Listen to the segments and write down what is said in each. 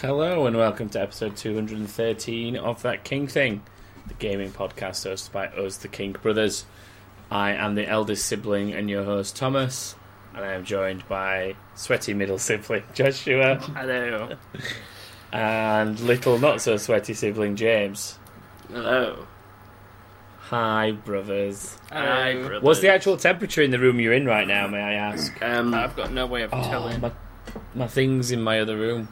Hello and welcome to episode 213 of That King Thing, the gaming podcast hosted by us, the King Brothers. I am the eldest sibling and your host, Thomas, and I am joined by sweaty middle sibling, Joshua, Hello. and little not so sweaty sibling, James. Hello. Hi, brothers. Hi, brother. What's the actual temperature in the room you're in right now, may I ask? Um, I've got no way of Oh, telling. my, my things in my other room.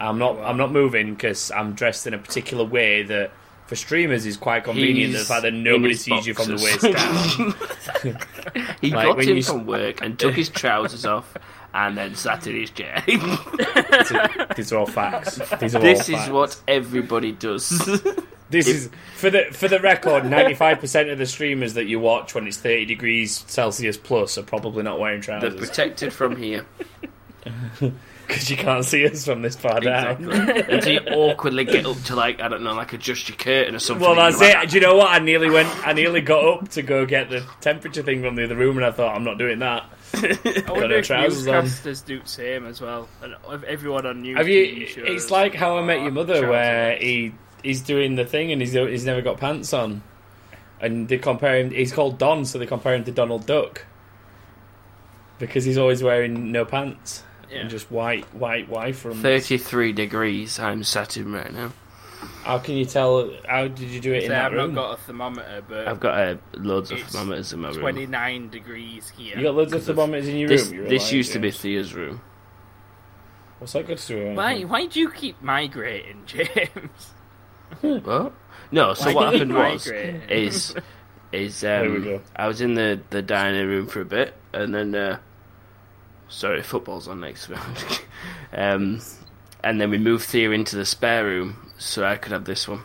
I'm not. I'm not moving because I'm dressed in a particular way that, for streamers, is quite convenient. He's the fact that in nobody his sees you from the boxers. waist down. He Like, got when in you s- from work and took his trousers off and then sat in his chair. These are- These are all facts. These are this all is facts. what everybody does. This is for the for the record. Ninety five percent of the streamers that you watch when it's thirty degrees Celsius plus are probably not wearing They're trousers protected from here. because you can't see us from this far down. Exactly. Until you awkwardly get up to like I don't know, like adjust your curtain or something. Well, and that's you're it. Do you know what? I nearly went. I nearly got up to go get the temperature thing from the other room, and I thought I'm not doing that. I Got wonder her if trousers on. newscasters do the same as well, and if everyone on news. Have you? TV shows It's like How I Met Your are Mother, trousers. where he he's doing the thing and he's he's never got pants on, and they compare him. He's called Don, so they compare him to Donald Duck because he's always wearing no pants Yeah. and just white, white, white from. Thirty-three degrees. I'm sat in right now. How can you tell? How did you do it in Say, that I've room? not got a thermometer, but I've got uh, loads of It's thermometers in my room. 29 degrees here. you got loads of because of- thermometers in your this room. this used to be Thea's room. What's that got to do? with why? anything? Why do you keep migrating, James? What? No. So Why what did you happened was migrate? is is There we um go. I was in the the dining room for a bit and then uh sorry football's on next to me. um and then we moved Thea into the spare room so I could have this one.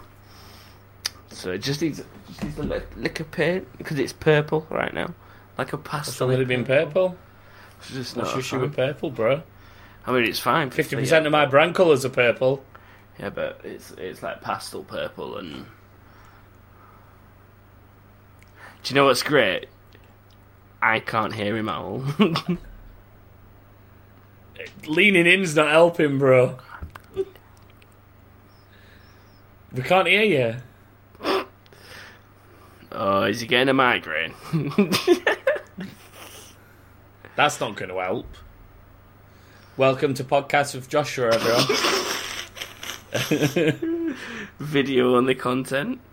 So it just needs just needs a li- lick of paint because it's purple right now, like a pastel. Would it have been purple? It's just What's not. your shoe with fine. purple, bro? I mean, it's fine. but- Fifty percent of my brand colours are purple. Yeah, but it's it's like pastel purple and. Do you know what's great? I can't hear him at all. Leaning in's not helping, bro. We can't hear you. oh, is he getting a migraine? That's not going to help. Welcome to podcast with Joshua, everyone. Video on the content.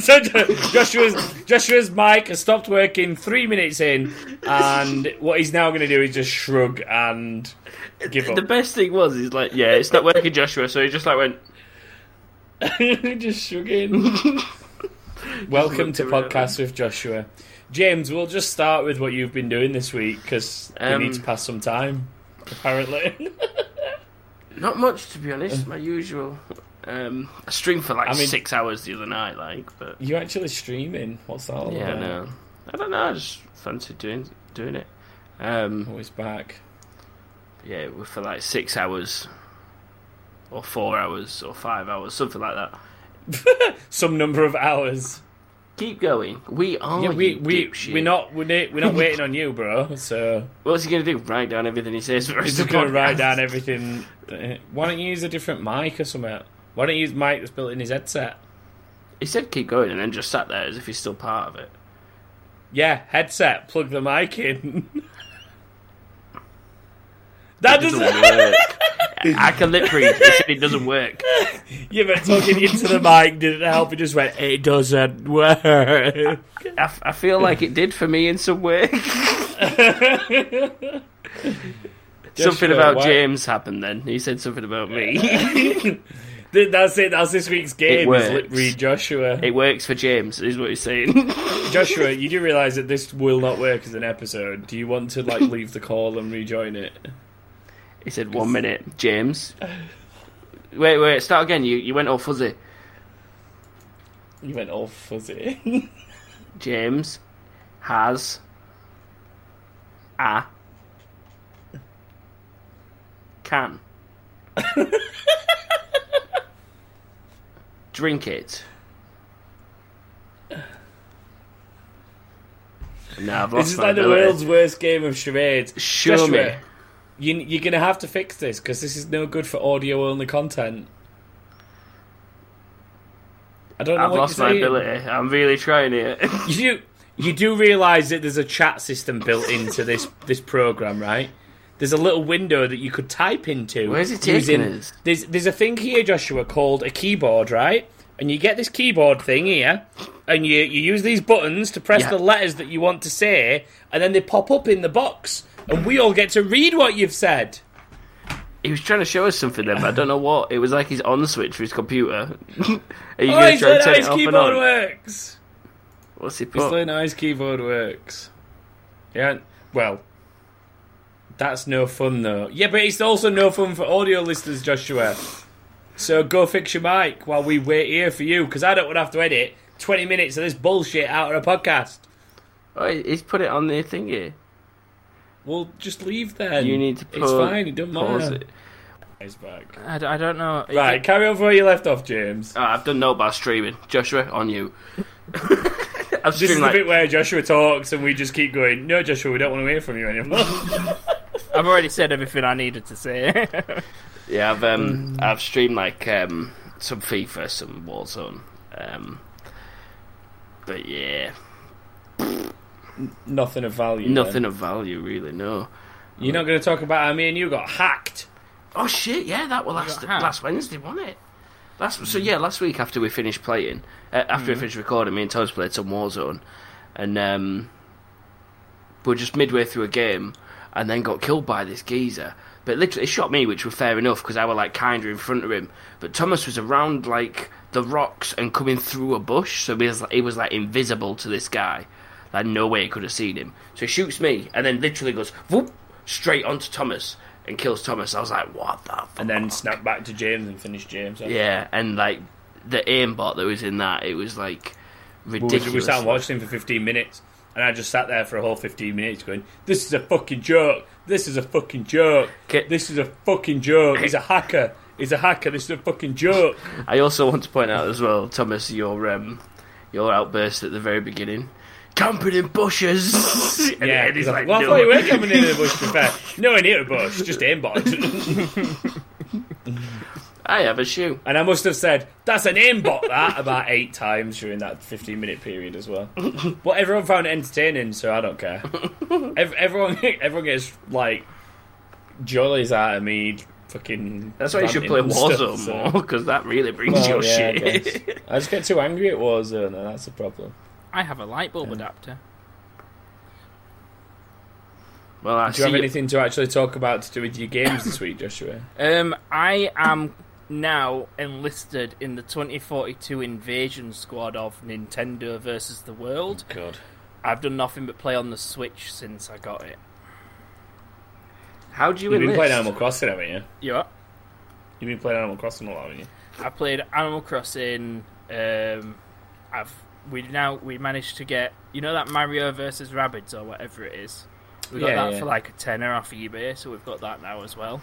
so Jo- Joshua's Joshua's mic has stopped working three minutes in, and what he's now going to do is just shrug and give The up. best thing was, he's like, yeah, it's not working, Joshua. So he just like went. just shrugging. Welcome looked to him in the podcast with Joshua. James, we'll just start with what you've been doing this week because Um, we need to pass some time. Apparently. Not much, to be honest. My usual. Um, I streamed for like I mean- six hours the other night, like, but You actually streaming? What's that all yeah, about? no, I don't know. I just fancy doing doing it. Um, Oh, he's back. yeah, it was for like six hours, or four hours, or five hours, something like that. Some number of hours. Keep going. We are. yeah, we Oh, you we dipshit. we're not we're, na- we're not waiting on you, bro. So What's he gonna do? Write down everything he says. For he's he's just gonna write down everything. that- Why don't you use a different mic or something? Why don't you use mic that's built in his headset? He said keep going, and then just sat there as if he's still part of it. Yeah, headset. Plug the mic in. that Doesn't doesn't. work. I can lip read. He said it doesn't work. yeah, but talking into the mic didn't help. It just went. It doesn't work. I, f- I feel like it did for me in some way. something Joshua, about why- James happened then. He said something about me. Th- That's it. That's this week's game. is lip works. read Joshua. it works for James, is what he's saying. Joshua, you do realise that this will not work as an episode. Do you want to like leave the call and rejoin it? He said, one minute, James. Wait, wait, start again. You you went all fuzzy. You went all fuzzy. James has a can. Drink it. No, I've lost this is my like the ability. world's worst game of charades. Show Joshua, me. You, you're going to have to fix this because this is no good for audio only content. I don't know I've what lost you're my saying. ability. I'm really trying here. You you do realise that there's a chat system built into this this program, right? There's a little window that you could type into. Where's it taking using- us? There's there's a thing here, Joshua, called a keyboard, right? And you get this keyboard thing here, and you you use these buttons to press Yeah. the letters that you want to say, and then they pop up in the box, and we all get to read what you've said. he was trying to show us something then, but I don't know what. It was like he's on switch for his computer. Are you Oh, going to he's try learned and turn how his it off and on? keyboard works. What's he put? He's learned how his keyboard works. Yeah, well, that's no fun though. Yeah, but it's also no fun for audio listeners, Joshua. So go fix your mic while we wait here for you, because I don't want to have to edit 20 minutes of this bullshit out of a podcast. Oh, he- he's put it on the thingy. Well, just leave then. You need to pause, It's fine, it doesn't pause matter. it. He's back. I, d- I don't know. Is Right, it- carry on from where you left off, James. Oh, I've done no by streaming. Joshua, on you. I've This is streamed the like bit where Joshua talks and we just keep going, no, Joshua, we don't want to hear from you anymore. I've already said everything I needed to say. Yeah, I've um, Mm. I've streamed like um, some FIFA, some Warzone, um, but yeah, Nothing of value. nothing then. of value really. No. You're not going to talk about how me and you got hacked. Oh shit! Yeah, that was last got hacked. last Wednesday, wasn't it? Last so Mm. yeah, last week after we finished playing, uh, after we finished recording, me and Thomas played some Warzone, and um, we're just midway through a game, and then got killed by this geezer. But literally, it shot me, which was fair enough because I were like kinder in front of him. But Thomas was around like the rocks and coming through a bush, so he was like, he was like invisible to this guy. Like no way he could have seen him. So he shoots me, and then literally goes whoop straight onto Thomas and kills Thomas. I was like, what the? Fuck? and then snap back to James and finish James. off. Yeah, and like the aimbot that was in that, it was like we, ridiculous. was- we sat and watched him for 15 minutes, and I just sat there for a whole 15 minutes going, "This is a fucking joke. This is a fucking joke. Okay. This is a fucking joke. He's a hacker. He's a hacker. This is a fucking joke." I also want to point out as well, Thomas, your um, your outburst at the very beginning, camping in bushes. and, yeah, and he's he's like, "Well, I no. thought you were coming in the bush to be fair. No one hit a bush, just aimbot." I have a shoe. and I must have said, "That's an aimbot." That about eight times during that 15 minute period as well. But everyone found it entertaining, so I don't care. Ev- everyone, everyone gets like jollies out of me. Fucking. That's why you should play ranting and stuff, Warzone so- more, 'cause more because that really brings Well, your Oh, yeah, I shit. guess. I, just get too angry at Warzone, and that's the problem. I have a light bulb adapter. well, I Do you see. have anything to actually talk about to do with your games this week, Joshua? Um, I am now enlisted in the 2042 invasion squad of Nintendo versus the world. God, I've done nothing but play on the Switch since I got it. How do you you've been enlist? playing Animal Crossing, haven't you? You up? You've been playing Animal Crossing a lot, haven't you? I played Animal Crossing. Um, I've we now we managed to get you know that Mario versus Rabbids or whatever it is. We got Yeah, that yeah. for like a tenner off eBay, so we've got that now as well.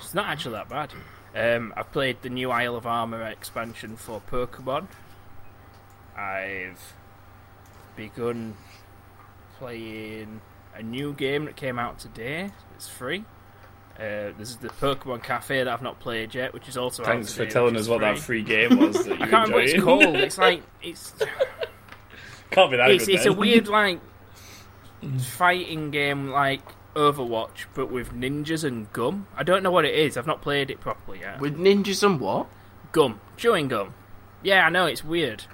It's not actually that bad. Um, I've played the new Isle of Armor expansion for Pokemon. I've begun playing a new game that came out today. It's free. Uh, this is the Pokemon Cafe that I've not played yet, which is also out Thanks for today, telling which us is what that free. free game was. That you I can't remember what it's enjoyed. called. It's like it's can't be that it's, good. it's a then. weird like Mm. fighting game like Overwatch, but with ninjas and gum. I don't know what it is. I've not played it properly yet. with ninjas and what? gum, chewing gum. Yeah, I know it's weird.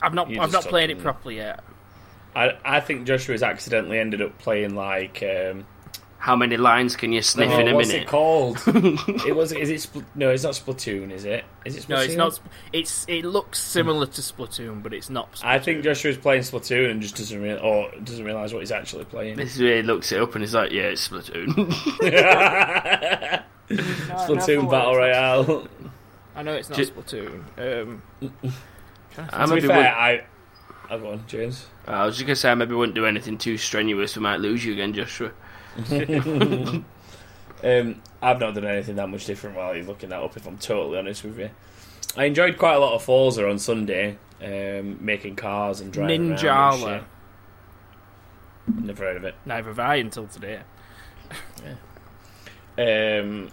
I've not You I've just not talked played to it me. properly yet. I, I think Joshua's accidentally ended up playing like. Um, How many lines can you sniff in oh, a what's minute? it called? it was. Is it? Spl- no, it's not Splatoon. Is it? Is it Splatoon? No, it's not. Sp- It's it looks similar to Splatoon, but it's not. Splatoon. I think Joshua's playing Splatoon and just doesn't real or doesn't realize what he's actually playing. This is where he looks it up and he's like, "Yeah, it's Splatoon." Splatoon Battle Royale. I know it's not Ju- Splatoon. Um, I to be maybe fair, wouldn't- I. I go on, James. I was just gonna say I maybe wouldn't do anything too strenuous. We might lose you again, Joshua. Um, I've not done anything that much different while you're looking that up. If I'm totally honest with you, I enjoyed quite a lot of Forza on Sunday, um, making cars and driving. around and Ninjala. shit. Never heard of it. Neither have I until today. Um,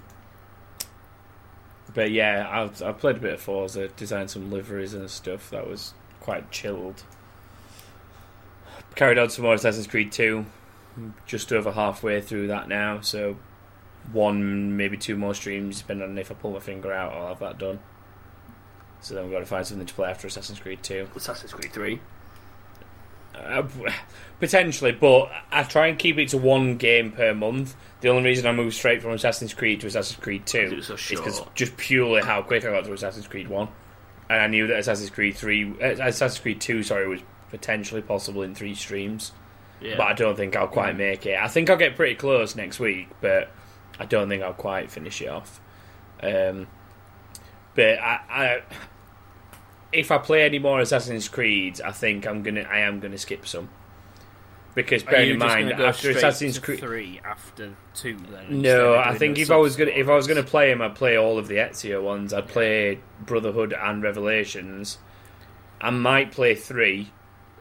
but yeah, I've I've played a bit of Forza, designed some liveries and stuff. That was quite chilled. Carried on some more Assassin's Creed Two. Just over halfway through that now, so one maybe two more streams, depending on if I pull my finger out, I'll have that done. So then we've got to find something to play after Assassin's Creed Two. Assassin's Creed 3. Uh, potentially, but I try and keep it to one game per month. The only reason I moved straight from Assassin's Creed to Assassin's Creed 2 it was so is short. because just purely how quick I got through Assassin's Creed 1. And I knew that Assassin's Creed 3, uh, Assassin's Creed 2, sorry, was potentially possible in three streams. Yeah. But I don't think I'll quite make it. I think I'll get pretty close next week, but I don't think I'll quite finish it off. Um, but I, I, if I play any more Assassin's Creed, I think I'm gonna, I am gonna skip some. Because Are bearing you in just mind, gonna go after straight Assassin's to Creed, three after two, then instead no, of I doing think the if I was gonna if I was gonna sub-squads? play him, I'd play all of the Ezio ones. I'd play Brotherhood and Revelations. I might play three.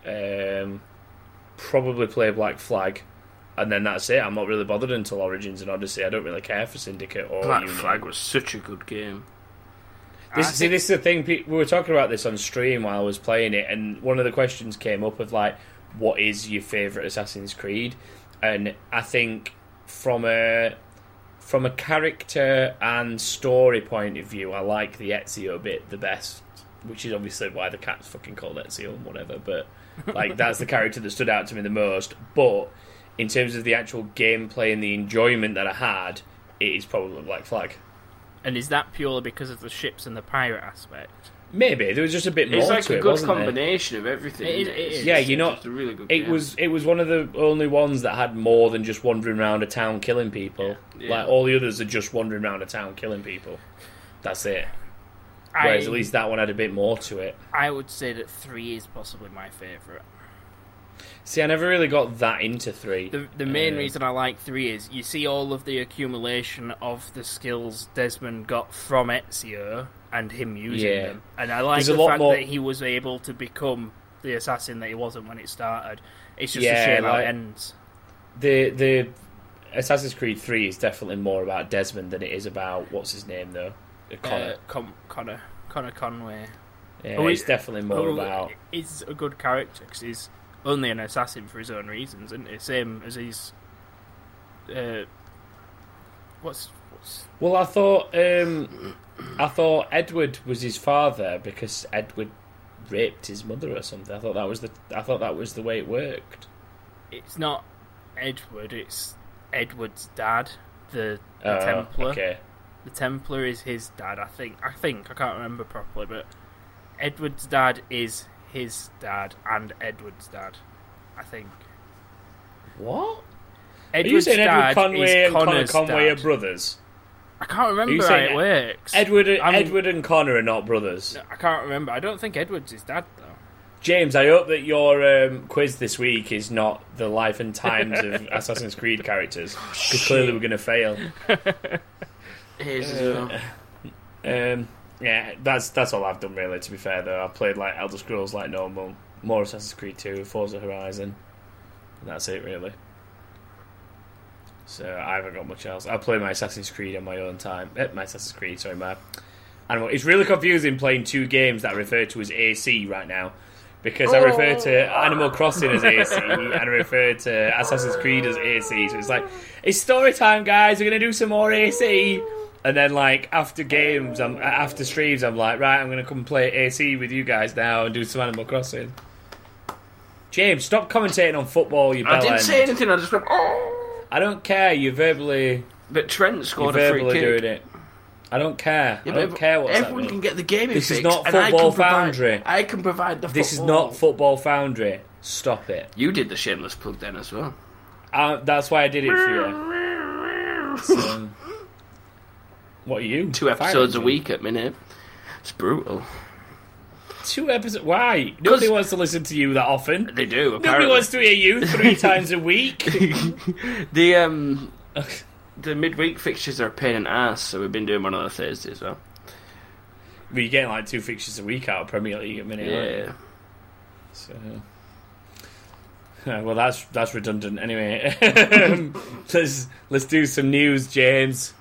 Um, probably play Black Flag, and then that's it. I'm not really bothered until Origins and Odyssey. I don't really care for Syndicate or Black Union. Flag was such a good game. This, I see, this is the thing. pe- We were talking about this on stream while I was playing it, and one of the questions came up of like, what is your favorite Assassin's Creed? And I think from a from a character and story point of view, I like the Ezio bit the best, which is obviously why the cat's fucking called Ezio and whatever. But like, that's the character that stood out to me the most. But in terms of the actual gameplay and the enjoyment that I had, it is probably Black Flag. And is that purely because of the ships and the pirate aspect? Maybe there was just a bit more It's like to a it, good wasn't there? combination of everything. It is- isn't it is. Yeah, It's you're not- just a really good It game. was it was one of the only ones that had more than just wandering around a town killing people. Yeah. Like all the others are just wandering around a town killing people. That's it. Whereas I, at least that one had a bit more to it. I would say that three is possibly my favourite. See, I never really got that into three. The, the main Uh, reason I like three is you see all of the accumulation of the skills Desmond got from Ezio and him using Yeah. them, and I like There's a the lot fact more- that he was able to become the assassin that he wasn't when it started. It's just Yeah, a shame how like- it ends. the the Assassin's Creed Three is definitely more about Desmond than it is about what's his name though, Uh, Connor. Con- Connor, Connor Conway. yeah, oh, it's it- definitely more who about is a good character because he's only an assassin for his own reasons, isn't he? Same as he's. Uh, what's what's Well, I thought um, I thought Edward was his father because Edward raped his mother or something. I thought that was the I thought that was the way it worked. it's not Edward, it's Edward's dad, the, the Oh, Templar. Okay. The Templar is his dad, I think. I think I can't remember properly, but Edward's dad is his dad and Edward's dad, I think. What? Are you Edward's saying Edward dad Conway is and Connor Connor's Conway dad. are brothers? I can't remember how saying it works. Edward, I'm- Edward and Connor are not brothers. I can't remember. I don't think Edward's his dad though. James, I hope that your um, quiz this week is not the life and times of Assassin's Creed characters because Oh, clearly we're going to fail. It uh, is as well. Um, yeah, that's that's all I've done really. To be fair, though, I played like Elder Scrolls like normal, more Assassin's Creed Two, Forza Horizon, and that's it really. So I haven't got much else. I play my Assassin's Creed on my own time. Eh, my Assassin's Creed, sorry, my. And it's really confusing playing two games that I refer to as AC right now, because I refer Oh. to Animal Crossing as AC and I refer to Assassin's Creed as AC. So it's like it's story time, guys. We're gonna do some more AC. And then, like after games, I'm after streams, I'm like, right, I'm gonna come play AC with you guys now and do some Animal Crossing. James, stop commentating on football. You I didn't bellend. say anything, I just went, oh! I don't care. You verbally, But Trent you scored a free verbally kick. doing it. I don't care. Yeah, I but don't care what's Everyone happening. can get the gaming This is fix, not and I can Football provide- Foundry. I can provide the This is football. not Football Foundry. Stop it. You did the shameless plug then as well. Uh, that's why I did it for you. So- what are you? Two episodes a Firing, week at minute. It's brutal. Jim? Two episodes. Why? Nobody 'Cause- wants to listen to you that often. They do, apparently. Nobody wants to hear you three times a week. the um the midweek fixtures are a pain in the ass, so we've been doing one on the Thursday as well. But you're getting like two fixtures a week out of Premier League at minute. aren't you? Yeah. So. Uh, well, that's that's redundant anyway. let's let's do some news, James.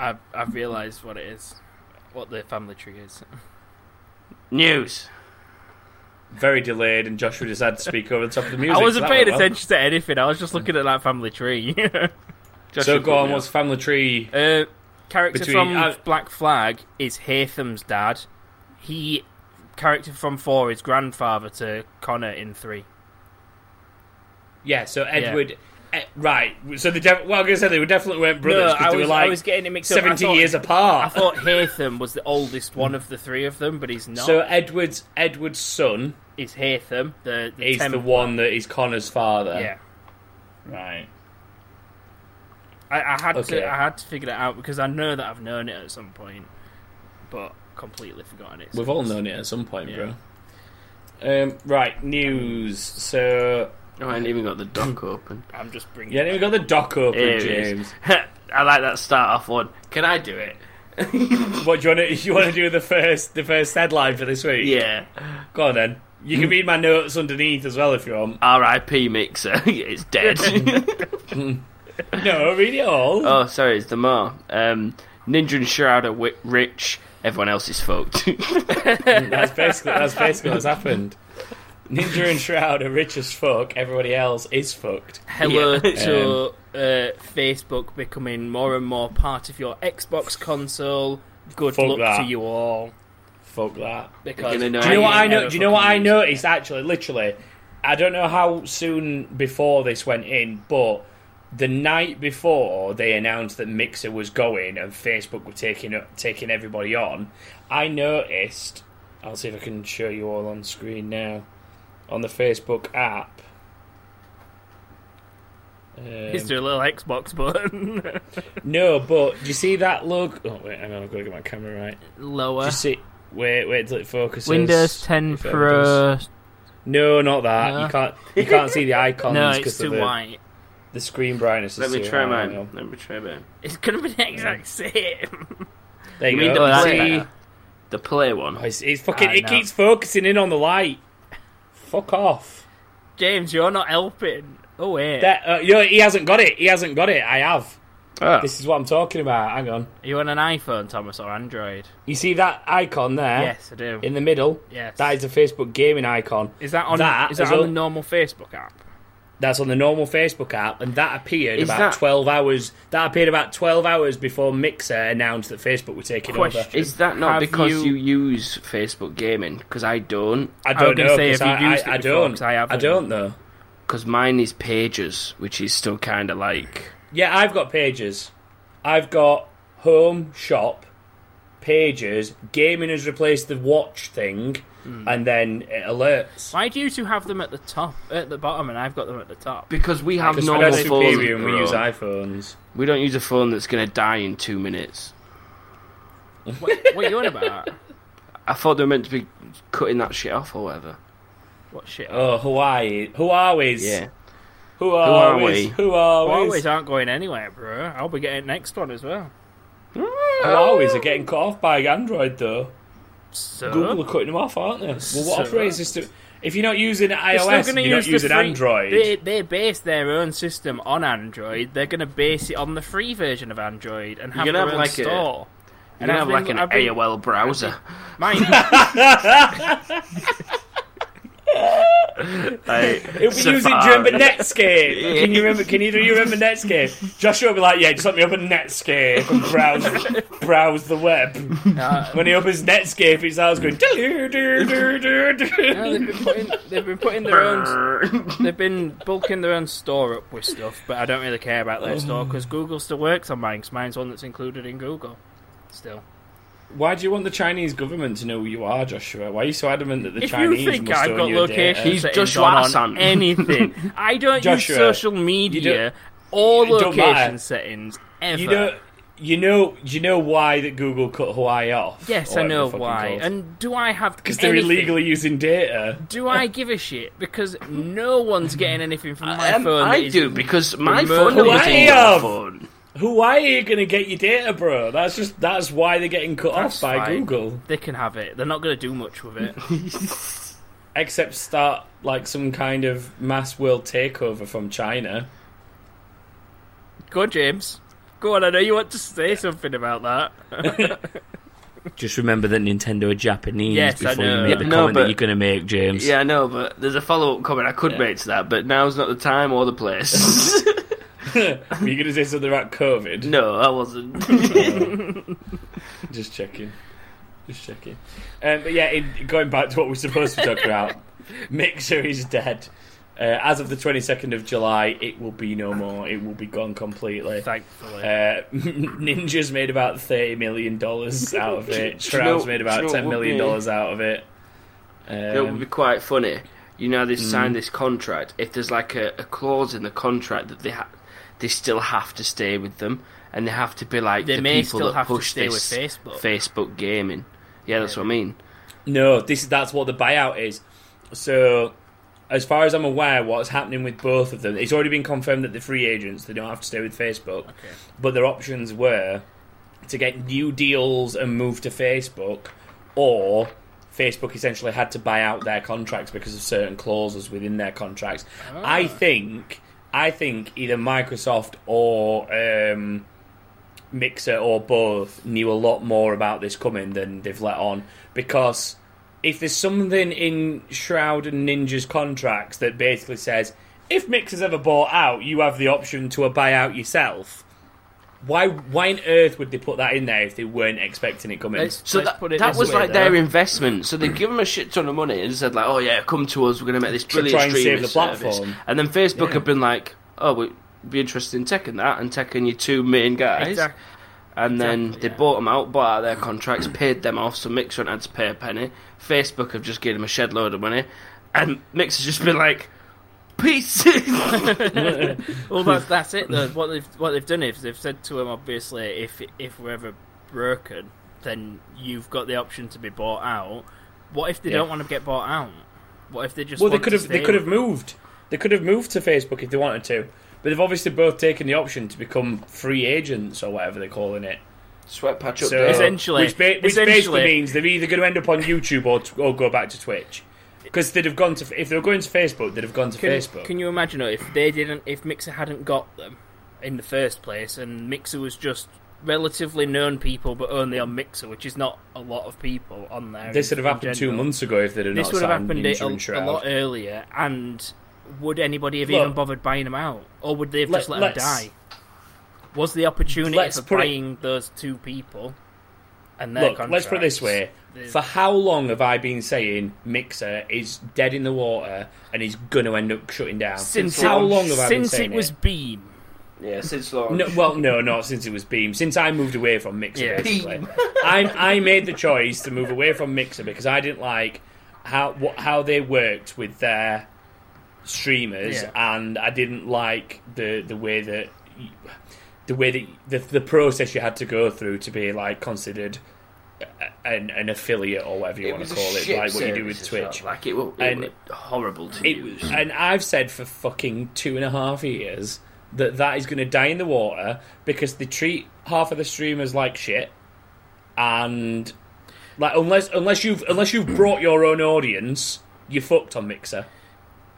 I've, I've realised what it is, what the family tree is. News. Very delayed, and Joshua decided to speak over the top of the music. I wasn't so that paying went well. attention to anything. I was just looking at that family tree. So Joshua go on, Courtney. what's family tree? Uh, character Between- from uh, Black Flag is Haytham's dad. He character from four is grandfather to Connor in three. Yeah, so Edward. eh, right, so they def- well, I was gonna say they were definitely weren't brothers because I, they was, were like I was getting it mixed up. I seventy thought- years I apart. thought Haytham was the oldest one of the three of them, but he's not. so Edward's Edward's son is Haytham the, the is temp- the one that is Connor's father. Yeah, Right. I, I had Okay. to I had to figure it out because I know that I've known it at some point, but completely forgotten it. We've all known it at some point, Yeah. bro. Um, right, news. So Oh, I ain't even got the dock open. I'm just bringing. yeah, then we got the dock open, Here it is. James. I like that start off one. Can I do it? What do you want to you want to do the first the first headline for this week? Yeah. Go on then. You can read my notes underneath as well if you want. R.I.P. Mixer. it's dead. No, read it all. oh, sorry, it's the more. Um, Ninja and Shroud are wi- rich. Everyone else is fucked. That's basically that's basically what's happened. Ninja and Shroud are rich as fuck. Everybody else is fucked. Hello Yeah. to Um, uh, Facebook becoming more and more part of your Xbox console. Good Fuck luck that. to you all. Fuck that. Because You're gonna know Do you know what I know? never Do you know what I fucking noticed? Actually, literally, I don't know how soon before this went in, but the night before they announced that Mixer was going and Facebook were taking taking everybody on, I noticed. I'll see if I can show you all on screen now on the Facebook app. Um, used. Is there a little Xbox button No, but do you see that logo? Oh wait, hang on, I've got to get my camera right. Do lower? you see? Wait, wait till it focuses. Windows 10 If it ever does. Pro. No, not that. No. You can't. You can't see the icons. No, 'cause it's of too the, white. The screen brightness. Is Let me too try high, mine. hang on. Let me try mine. It's gonna be the exact same. There you, mean go. the Oh, that's see, better. The play one. Oh, it's, it's fucking. I it know. keeps focusing in on the light. Fuck off. James, you're not helping. Oh wait, That, uh, you know, he hasn't got it. He hasn't got it. I have. Ah. This is what I'm talking about. Hang on. are you on an iPhone, Thomas, or Android? You see that icon there yes, I do. in the middle? yes, That is the Facebook gaming icon. Is that on? that That is that is on all- the normal Facebook app? That's on the normal Facebook app, and that appeared Is about that- twelve hours. That appeared about twelve hours before Mixer announced that Facebook were taking over. Question. Is that not Have because you- you... use Facebook Gaming? Because I don't. I I was don't gonna know. say, 'cause have you I, used I, it I before? 'Cause don't. I haven't. don't know. Because mine is Pages, which is still kind of like. Yeah, I've got pages. I've got home shop pages. Gaming has replaced the watch thing, and then it alerts. Hmm. Why do you two have them at the top, at the bottom, and I've got them at the top? Because we have Because normal we're phones. superior and we bro. use iPhones. We don't use a phone that's going to die in two minutes. what, what are you on about? I thought they were meant to be cutting that shit off or whatever. What shit? Oh, Hawaii. Who are we? Yeah. Who are Who are we? we? Who are we? Huawei's aren't going anywhere, bro. I'll be getting next one as well. Huawei's are getting cut off by Android though. So Google are cutting them off, aren't they? Well, what So- operating system? If you're not using They're still iOS, and gonna you're not the using free- Android. They, they base their own system on Android. They're going to base it on the free version of Android and have gonna their have own like a- store. You can And I've have been- like an I've been- AOL browser. Mine, Like, It'll be using. Do you remember Netscape? Yeah. Can you remember? Can either of you remember Netscape? Joshua will be like, yeah, just let me open Netscape and browse, browse the web. uh, When he opens Netscape, his house going. "Doo, doo, doo, doo, no, doo." they've, been putting, they've been putting their own. They've been bulking their own store up with stuff, but I don't really care about their store because Google still works on mine. 'cause mine's one that's included in Google. Still, Why do you want the Chinese government to know who you are, Joshua? Why are you so adamant that the if Chinese you think must I've own got your data? location He's settings Joshua on, on Hassan. anything, I don't Joshua, use social media or it don't matter. location settings ever. You know, you know, you know why that Google cut Hawaii off? Yes, Or I whatever know the fuck why. it's called. And do I have because they're anything? illegally using data. Do I give a shit? Because no one's getting anything from my Um, phone. that I is- do because my the phone murder is Hawaii in your of- phone. Who? Why are you going to get your data, bro? That's just that's why they're getting cut That's off by fine. Google. They can have it. They're not going to do much with it. Except start like some kind of mass world takeover from China. Go on, James. Go on. I know you want to say something about that. Just remember that Nintendo are Japanese Yes, I before you know. make the No, comment but- that you're going to make, James. Yeah, I know, but there's a follow up comment I could Yeah. make to that, but now's not the time or the place. Were you going to say something about COVID? no, I wasn't. Just checking. Just checking. Um, but yeah, in, going back to what we're supposed to be talking about, Mixer is dead. Uh, as of the 22nd of July, it will be no more. It will be gone completely. Thankfully. Uh, Ninja's made about thirty million dollars out of it. Do you know- Shroud's made do you know about what ten would million be- dollars out of it. it would be Um, quite funny. You know, they Mm. signed this contract. If there's like a, a clause in the contract that they ha- they still have to stay with them, and they have to be like They the may people still that have to push stay with this Facebook. Facebook gaming. Yeah, that's what I mean. no, this is that's what the buyout is. So, as far as I'm aware, what's happening with both of them? It's already been confirmed that they're free agents. They don't have to stay with Facebook. Okay. but their options were to get new deals and move to Facebook, or Facebook essentially had to buy out their contracts because of certain clauses within their contracts. I think, I think either Microsoft or um, Mixer or both knew a lot more about this coming than they've let on because if there's something in Shroud and Ninja's contracts that basically says if Mixer's ever bought out, you have the option to a buyout yourself. Why? Why on earth would they put that in there if they weren't expecting it coming? Let's- So let's that, put it that this was way, like though. their investment. So they give them a shit ton of money and said like, "Oh yeah, come to us. We're going to make this brilliant try and streaming save the service." platform. And then Facebook Yeah. have been like, "Oh, we'd be interested in taking that and taking your two main guys." Exact- And then Exactly, they yeah. bought them out, bought out their contracts, paid them off, so Mixer hadn't had to pay a penny. Facebook have just given them a shed load of money, and Mixer's just been like, "Peace." Well, that's that's it. Though. What they've what they've done is they've said to him, obviously, if if we're ever broken, then you've got the option to be bought out. What if they Yeah. don't want to get bought out? What if they just well, they want could to have. They stay could have with them? moved. They could have moved to Facebook if they wanted to, but they've obviously both taken the option to become free agents or whatever they're calling it. Sweat patch up So, there. Essentially- which, ba- which basically essentially- means they're either going to end up on YouTube or, or go back to Twitch. Because they'd have gone to if they were going to Facebook, they'd have gone to Can, Facebook. Can you imagine though, if they didn't, if Mixer hadn't got them in the first place, and Mixer was just relatively known people, but only on Mixer, which is not a lot of people on there. this in- would have in happened two general. months ago if they'd have This not would have signed happened Ninja and a, a Shroud. lot earlier, and would anybody have Look. even bothered buying them out, or would they have just Let- let them let's- die? Was the opportunity let's for put it- buying those two people and their Look, let's put it this way: contracts, for how long have I been saying Mixer is dead in the water and he's going to end up shutting down? since how it, long have I been since saying it was Beam? yeah, since launch. No, well, no, not since it was Beam. Since I moved away from Mixer, Yeah. basically, I, I made the choice to move away from Mixer because I didn't like how what, how they worked with their streamers, Yeah. and I didn't like the the way that you- the way that the, the process you had to go through to be like considered a- an, an affiliate or whatever you want to call it, like what you do with Twitch. Like it was, And- horrible to It use. was, and I've said for fucking two and a half years that that is going to die in the water because they treat half of the streamers like shit, and like unless unless you've unless you've brought your own audience, you're fucked on Mixer.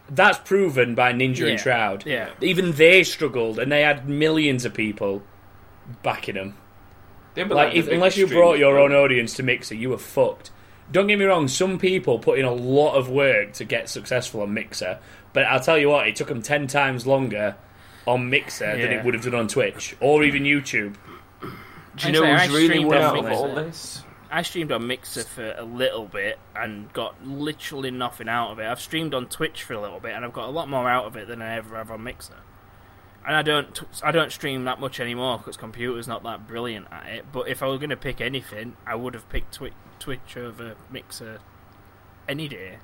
That's proven by Ninja Yeah, and Shroud. yeah. even they struggled, and they had millions of people backing them. Like, if, unless you brought your own audience to Mixer, you were fucked. Don't get me wrong, some people put in a lot of work to get successful on Mixer, but I'll tell you what, it took them 10 times longer on Mixer than Yeah. it would have done on Twitch or even YouTube. do you know Actually, I who's really streamed won on out of Mixer. all this? I streamed on Mixer for a little bit and got literally nothing out of it. I've streamed on Twitch for a little bit and I've got a lot more out of it than I ever have on Mixer. And I don't, t- I don't stream that much anymore because computer's not that brilliant at it. But if I were going to pick anything, I would have picked Twi- Twitch over Mixer any day,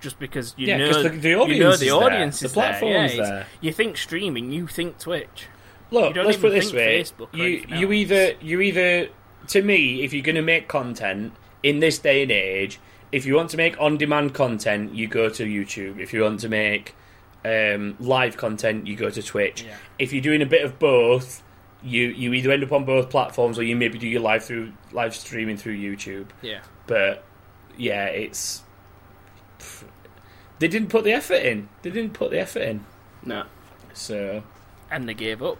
just because you Yeah, know 'cause the- the you know audience is the there. audience The is there. platform's Yeah, it's- there. You think streaming, you think Twitch. You Look, don't let's even put it this think way: Facebook or you anything you else. either you either to me, if you're going to make content in this day and age, if you want to make on-demand content, you go to YouTube. If you want to make um, live content, you go to Twitch. Yeah. If you're doing a bit of both, you you either end up on both platforms or you maybe do your live through live streaming through YouTube. Yeah. But yeah, it's they didn't put the effort in. They didn't put the effort in. No. So And they gave up.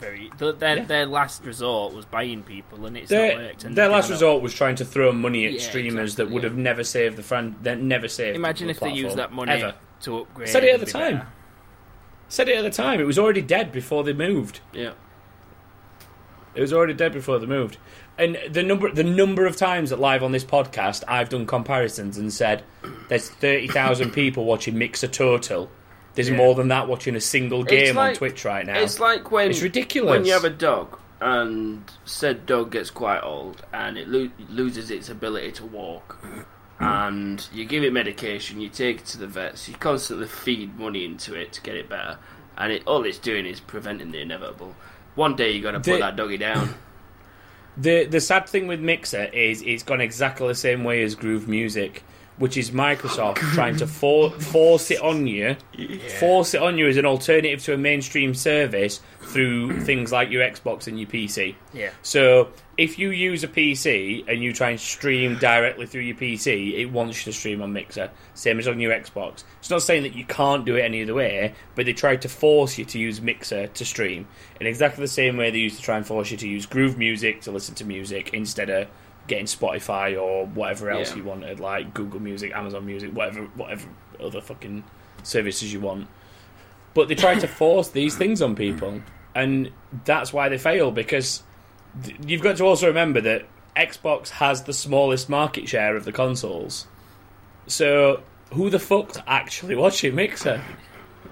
Very. th their Yeah. their last resort was buying people, and it's not their, worked. And their they last cannot- resort was trying to throw money at Yeah, streamers exactly, that would yeah. have never saved the fran that never saved. Imagine the if they used that platform, money Ever to upgrade. said it at and the be time. better. Said it at the time. It was already dead before they moved. Yeah. It was already dead before they moved. And the number the number of times that live on this podcast I've done comparisons and said there's thirty thousand people watching Mixer Total. There's Yeah. more than that watching a single game on like- Twitch right now. It's like when It's ridiculous. when you have a dog and said dog gets quite old and it lo- loses its ability to walk, Hmm. and you give it medication, you take it to the vets, you constantly feed money into it to get it better, and it, all it's doing is preventing the inevitable. One day you're gonna The- put that doggy down. The the sad thing with Mixer is it's gone exactly the same way as Groove Music, which is Microsoft trying to for, force it on you, force it on you as an alternative to a mainstream service through things like your Xbox and your PC. Yeah. So if you use a PC and you try and stream directly through your PC, it wants you to stream on Mixer, same as on your Xbox. It's not saying that you can't do it any other way, but they tried to force you to use Mixer to stream in exactly the same way they used to try and force you to use Groove Music to listen to music instead of getting Spotify or whatever else Yeah. you wanted, like Google Music, Amazon Music, whatever, whatever other fucking services you want but they try to force these things on people, and that's why they fail. Because th- you've got to also remember that Xbox has the smallest market share of the consoles. So who the fuck's actually watching Mixer?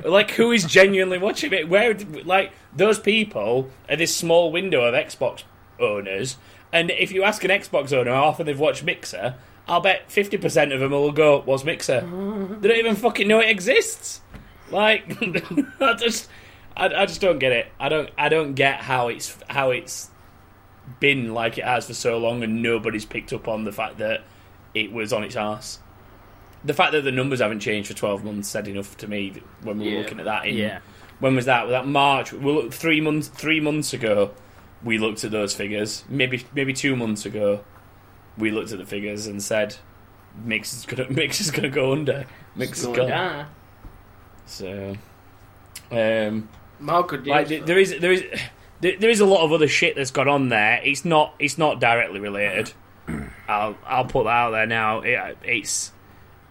Like who is genuinely watching it? Where d- like those people are this small window of Xbox owners, and if you ask an Xbox owner how often they've watched Mixer, I'll bet fifty percent of them will go, "Was Mixer?" They don't even fucking know it exists. Like, I just, I, I just don't get it. I don't, I don't get how it's how it's been like it has for so long, and nobody's picked up on the fact that it was on its ass. The fact that the numbers haven't changed for twelve months said enough to me when we were Yeah. looking at that. In, Yeah. When was that? Was that March? We looked three months. Three months ago, we looked at those figures. Maybe, maybe two months ago, we looked at the figures and said, "Mix is gonna, Mix is gonna go under. Mix is Going gone." down. So, um, Mark could do like it th- for- there is there is there, there is a lot of other shit that's gone on there. It's not it's not directly related. I'll I'll put that out there now. It, it's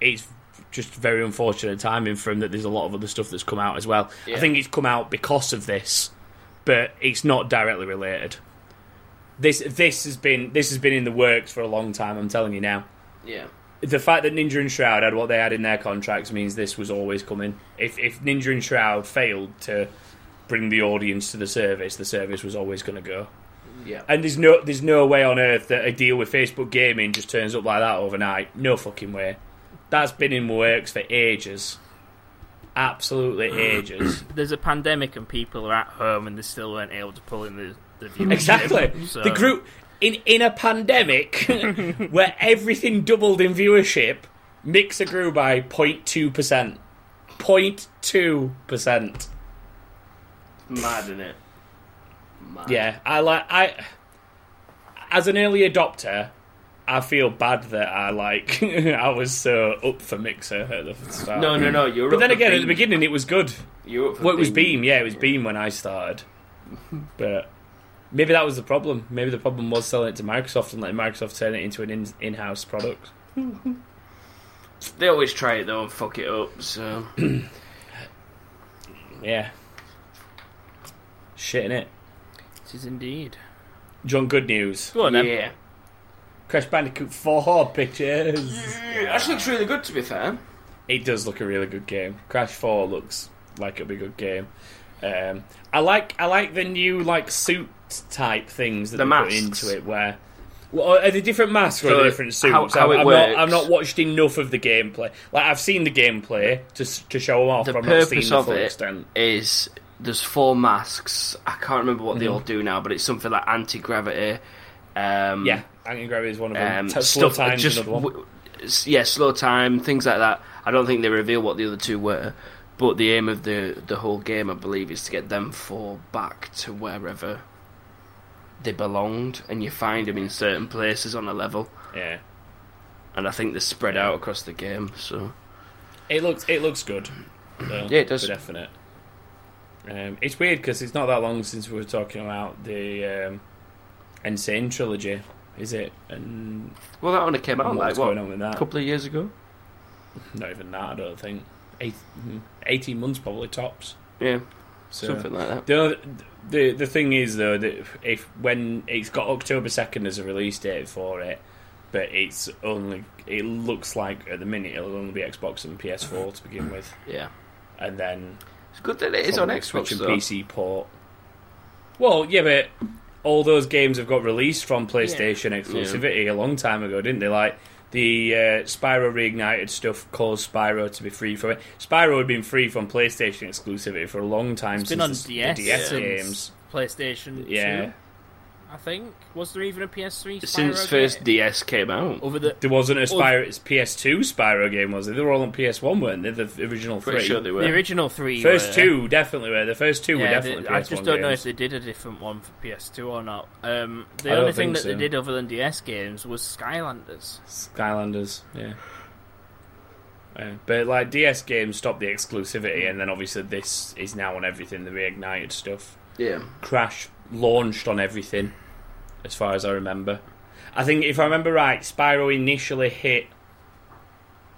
it's just very unfortunate timing for him that there's a lot of other stuff that's come out as well. I Yeah. think it's come out because of this, but it's not directly related. This this has been this has been in the works for a long time. I'm telling you now yeah. the fact that Ninja and Shroud had what they had in their contracts means this was always coming. If if Ninja and Shroud failed to bring the audience to the service, the service was always going to go. Yeah. And there's no there's no way on earth that a deal with Facebook Gaming just turns up like that overnight. No fucking way. That's been in works for ages. Absolutely ages. There's a pandemic and people are at home and they still weren't able to pull in the the viewership. Exactly. So- The group in in a pandemic where everything doubled in viewership, Mixer grew by 0.2 percent. 0.2 percent. Mad isn't it. Mad. Yeah, I like I. As an early adopter, I feel bad that I like I was so up for Mixer at the start. No, no, no. You're But then again, at the beginning. beginning, it was good. You're up for Well, it was Beam. Beam. Yeah, it was Beam when I started. But maybe that was the problem. Maybe the problem was selling it to Microsoft and letting Microsoft turn it into an in- in-house product. They always try it though and fuck it up. So Yeah, shit in it. It is indeed. John, good news. Go on then. yeah, Crash Bandicoot Four pictures. that looks really good. To be fair, It does look a really good game. Crash Four looks like it'll be a good game. Um, I like I like the new like suit type things that The they masks. put into it. Where well, are they different masks or are So they different suits? how- how I'm, it I'm works- Not, I've not watched enough of the gameplay. Like I've seen the gameplay to s- to show them off. the but I've not seen purpose the of full it extent. is there's four masks. I can't remember what Mm-hmm. they all do now, but it's something like anti gravity. Um, Yeah, Anti-Gravity is one of them. um, T- Slow stuff Time's just another one. w- s- yeah, slow time, things like that. I don't think they reveal what the other two were, but the aim of the the whole game, I believe, is to get them four back to wherever they belonged, and you find them in certain places on a level. Yeah. And I think they're spread out across the game. So It looks it looks good. though, Yeah, it does. For definite. Um, it's weird because it's not that long since we were talking about the um, Insane trilogy, is it? And well, that only came out what's like going what on with a that? couple of years ago. Not even that, I don't think. Eight, mhm. Eighteen months probably tops. Yeah, So something like that. the, other- the the thing is though that if when it's got October second as a release date for it, but it's only it looks like at the minute it'll only be Xbox and PS4 to begin with, Yeah, and then it's good that it is on probably Xbox Switch though. and PC port. Well, yeah, but all those games have got released from PlayStation exclusivity a long time ago, didn't they? Like the uh, Spyro Reignited stuff caused Spyro to be free from it. Spyro had been free from PlayStation exclusivity for a long time It's since been on the, s- the DS DS, since games. PlayStation Yeah, 2, I think. Was there even a PS3 Spyro Since first game? DS came out, Over the there wasn't a Well- Spyro. It's PS2 Spyro game, was it? They were all on PS1, weren't they? The original pretty three. sure they were. the original three. First were- two definitely were. The first two were Yeah, definitely. they- PS1 I just don't know games. if they did a different one for PS2 or not. Um, the I don't only thing think that they so. did other than DS games was Skylanders. Skylanders, yeah. Uh, but like DS games stopped the exclusivity, and then obviously this is now on everything. The reignited stuff, yeah, Crash launched on everything, as far as I remember. I think if I remember right, Spyro initially hit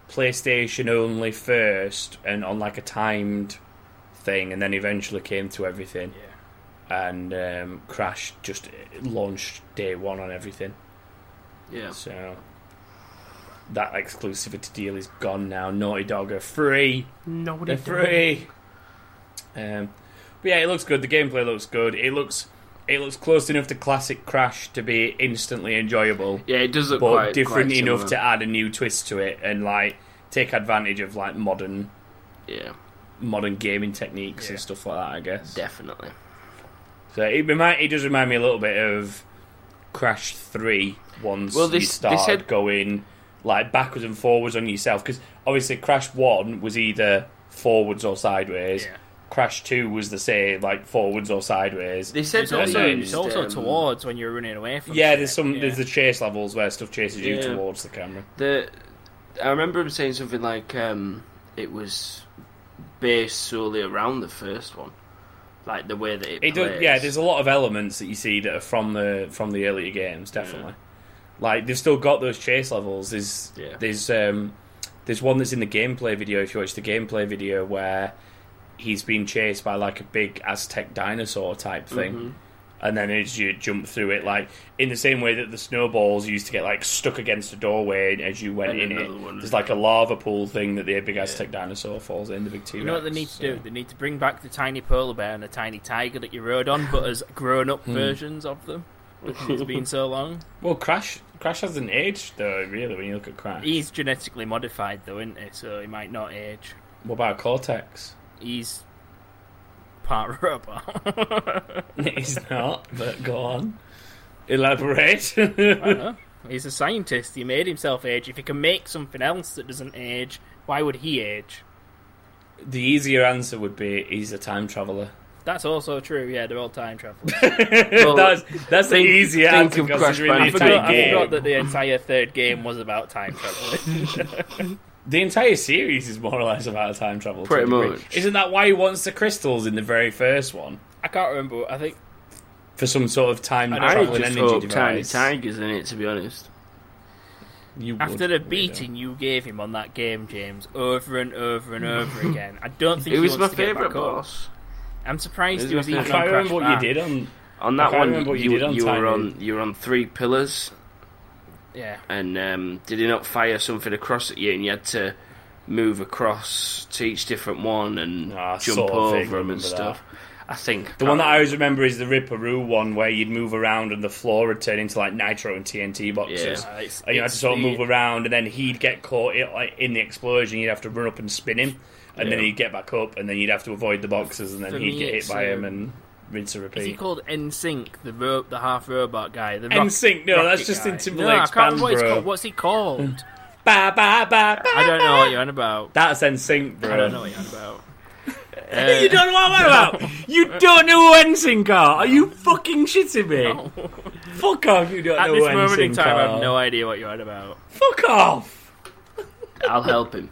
PlayStation only first, and on like a timed thing, and then eventually came to everything. Yeah. And um, Crash just launched day one on everything. yeah. So that exclusivity deal is gone now. Naughty Dog are free. Nobody They're free. Um, but yeah, it looks good. The gameplay looks good. It looks it looks close enough to classic Crash to be instantly enjoyable, Yeah, it does look but quite different quite enough similar. to add a new twist to it and like take advantage of like modern Yeah, modern gaming techniques and Yeah. stuff like that. I guess. definitely. So it remind it does remind me a little bit of Crash Three. Once Well, you this- they started said- going like backwards and forwards on yourself, because obviously Crash One was either forwards or sideways. Yeah. Crash Two was the same, like forwards or sideways. They said It's they also, used, it's also um, towards when you're running away from. yeah, shit. there's some Yeah. there's the chase levels where stuff chases you Yeah. towards the camera. um, The I remember him saying something like um, it was based solely around the first one, like the way that it. It does, plays. yeah. There's a lot of elements that you see that are from the from the earlier games, definitely. Like they've still got those chase levels. There's Yeah. there's um, there's one that's in the gameplay video. If you watch the gameplay video, where he's being chased by like a big Aztec dinosaur type thing, Mm-hmm. and then as you jump through it, like in the same way that the snowballs used to get like stuck against a doorway as you went And in it. another one. There's like a lava pool thing that the big Aztec dinosaur falls in. The big T. You know what they need to do? They need to bring back the tiny polar bear and the tiny tiger that you rode on, but as grown-up Hmm. versions of them. Because it's been so long. Well, Crash Crash hasn't aged though, really. When you look at Crash, He's genetically modified, though, isn't he? So he might not age. What about Cortex? He's part robot. He's not, but go on. Elaborate. I don't know. He's a scientist. He made himself age. If he can make something else that doesn't age, why would he age? the easier answer would be he's a time traveller. That's also true. Yeah, they're all time travelers. that's that's the think- easier think answer of because Crash it's really I a Bandicoot. forgot, tight I forgot game. that the entire third game was about time traveling. The entire series is more or less about time travel. to a Pretty degree. much. Isn't that why he wants the crystals in the very first one I can't remember. I think for some sort of time I I traveling just energy hope Tiny device? Tiger's in it. To be honest, You would, after the wouldn't you? beating you gave him on that game, James, over and over and over again. I don't think it he was wants my to get favourite back up. boss. I'm surprised It he was was my even I on favourite- can't remember Crash what you Bash. did on. On that can't one, remember what you you, did on you were Tiny. on you were on three pillars, Yeah, and um, did he not fire something across at you, and you had to move across to each different one and Ah, I jump sort of vaguely over them and remember that. stuff. I think The one that I always remember is the Ripperoo one, where you'd move around and the floor would turn into like nitro and TNT boxes. Yeah. Uh, it's- And you had to it's sort of the- move around, and then he'd get caught i- like, in the explosion. You'd have to run up and spin him, and then Yeah. he'd get back up, and then you'd have to avoid the boxes, and then For he'd me, get hit it's, by him um, and rinse and Is he repeat. called NSYNC, the ro- the half robot guy? The rock- NSYNC, no, rocket that's just guy? in No, I Timberlake's can't remember band, what it's bro. called. What's he called? Ba, ba, ba, ba. I don't know what you're on about. That's NSYNC, bro. I don't know what you're on about. Uh, you don't know what I'm on about. You don't know who Ensinkar. Are you fucking shitting me? Fuck off! You don't At know this who moment in time, I Ensinkar. have no idea what you're on about. Fuck off! I'll help him.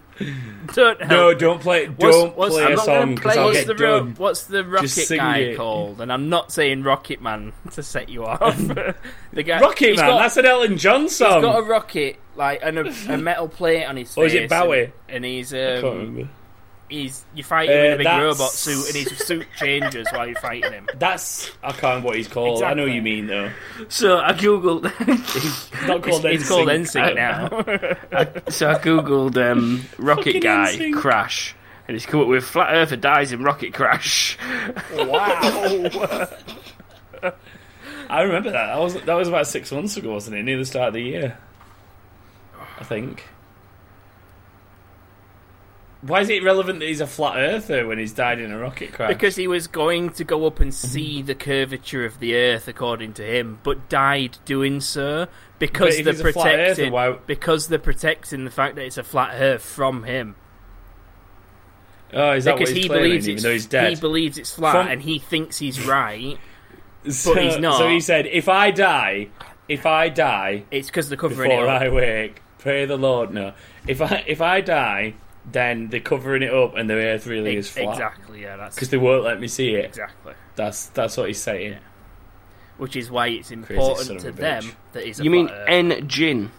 Don't No, help. don't play. What's- Don't what's- play I'm a not gonna song because play- I'll what's get What's the, ro- done. what's the rocket sing guy it. called? And I'm not saying Rocket Man to set you off. the guy, Um, Rocket he's Man. got- that's an Elton John He's got a song. rocket, like, and a, a metal plate on his face. Or is it Bowie? And, and he's, I can't um, remember. he's you're fighting him in Uh, a big that's- robot suit, and his suit changes while you're fighting him. That's I can't remember what he's called. I know Exactly. what you mean though. So I googled. It's not called It's called NSYNC. NSYNC now. so I googled um, rocket Fucking guy instinct. crash, and it's come up with flat earther dies in rocket crash. wow. I remember that. That was that was about six months ago, wasn't it? Near the start of the year, I think. Why is it relevant that he's a flat earther when he's died in a rocket crash? because he was going to go up and Mhm. see the curvature of the Earth, according to him, but died doing so But because if they're he's a flat earther, protecting. why- Because they're practing the fact that it's a flat Earth from him. oh, is that Because what he's he claiming, believes even it's though he's dead? he believes it's flat, From- and he thinks he's right. so, but he's not. So he said, "If I die, if I die It's because they're covering before it. up. I wake, pray the Lord no. If I if I die, then they're covering it up, and the Earth really is Ex- flat Exactly. Yeah. That's because they won't let me see it. exactly. That's that's what he's saying. Which is why it's son important of to a bitch. them that he's. A You mean flat earther. N Jin,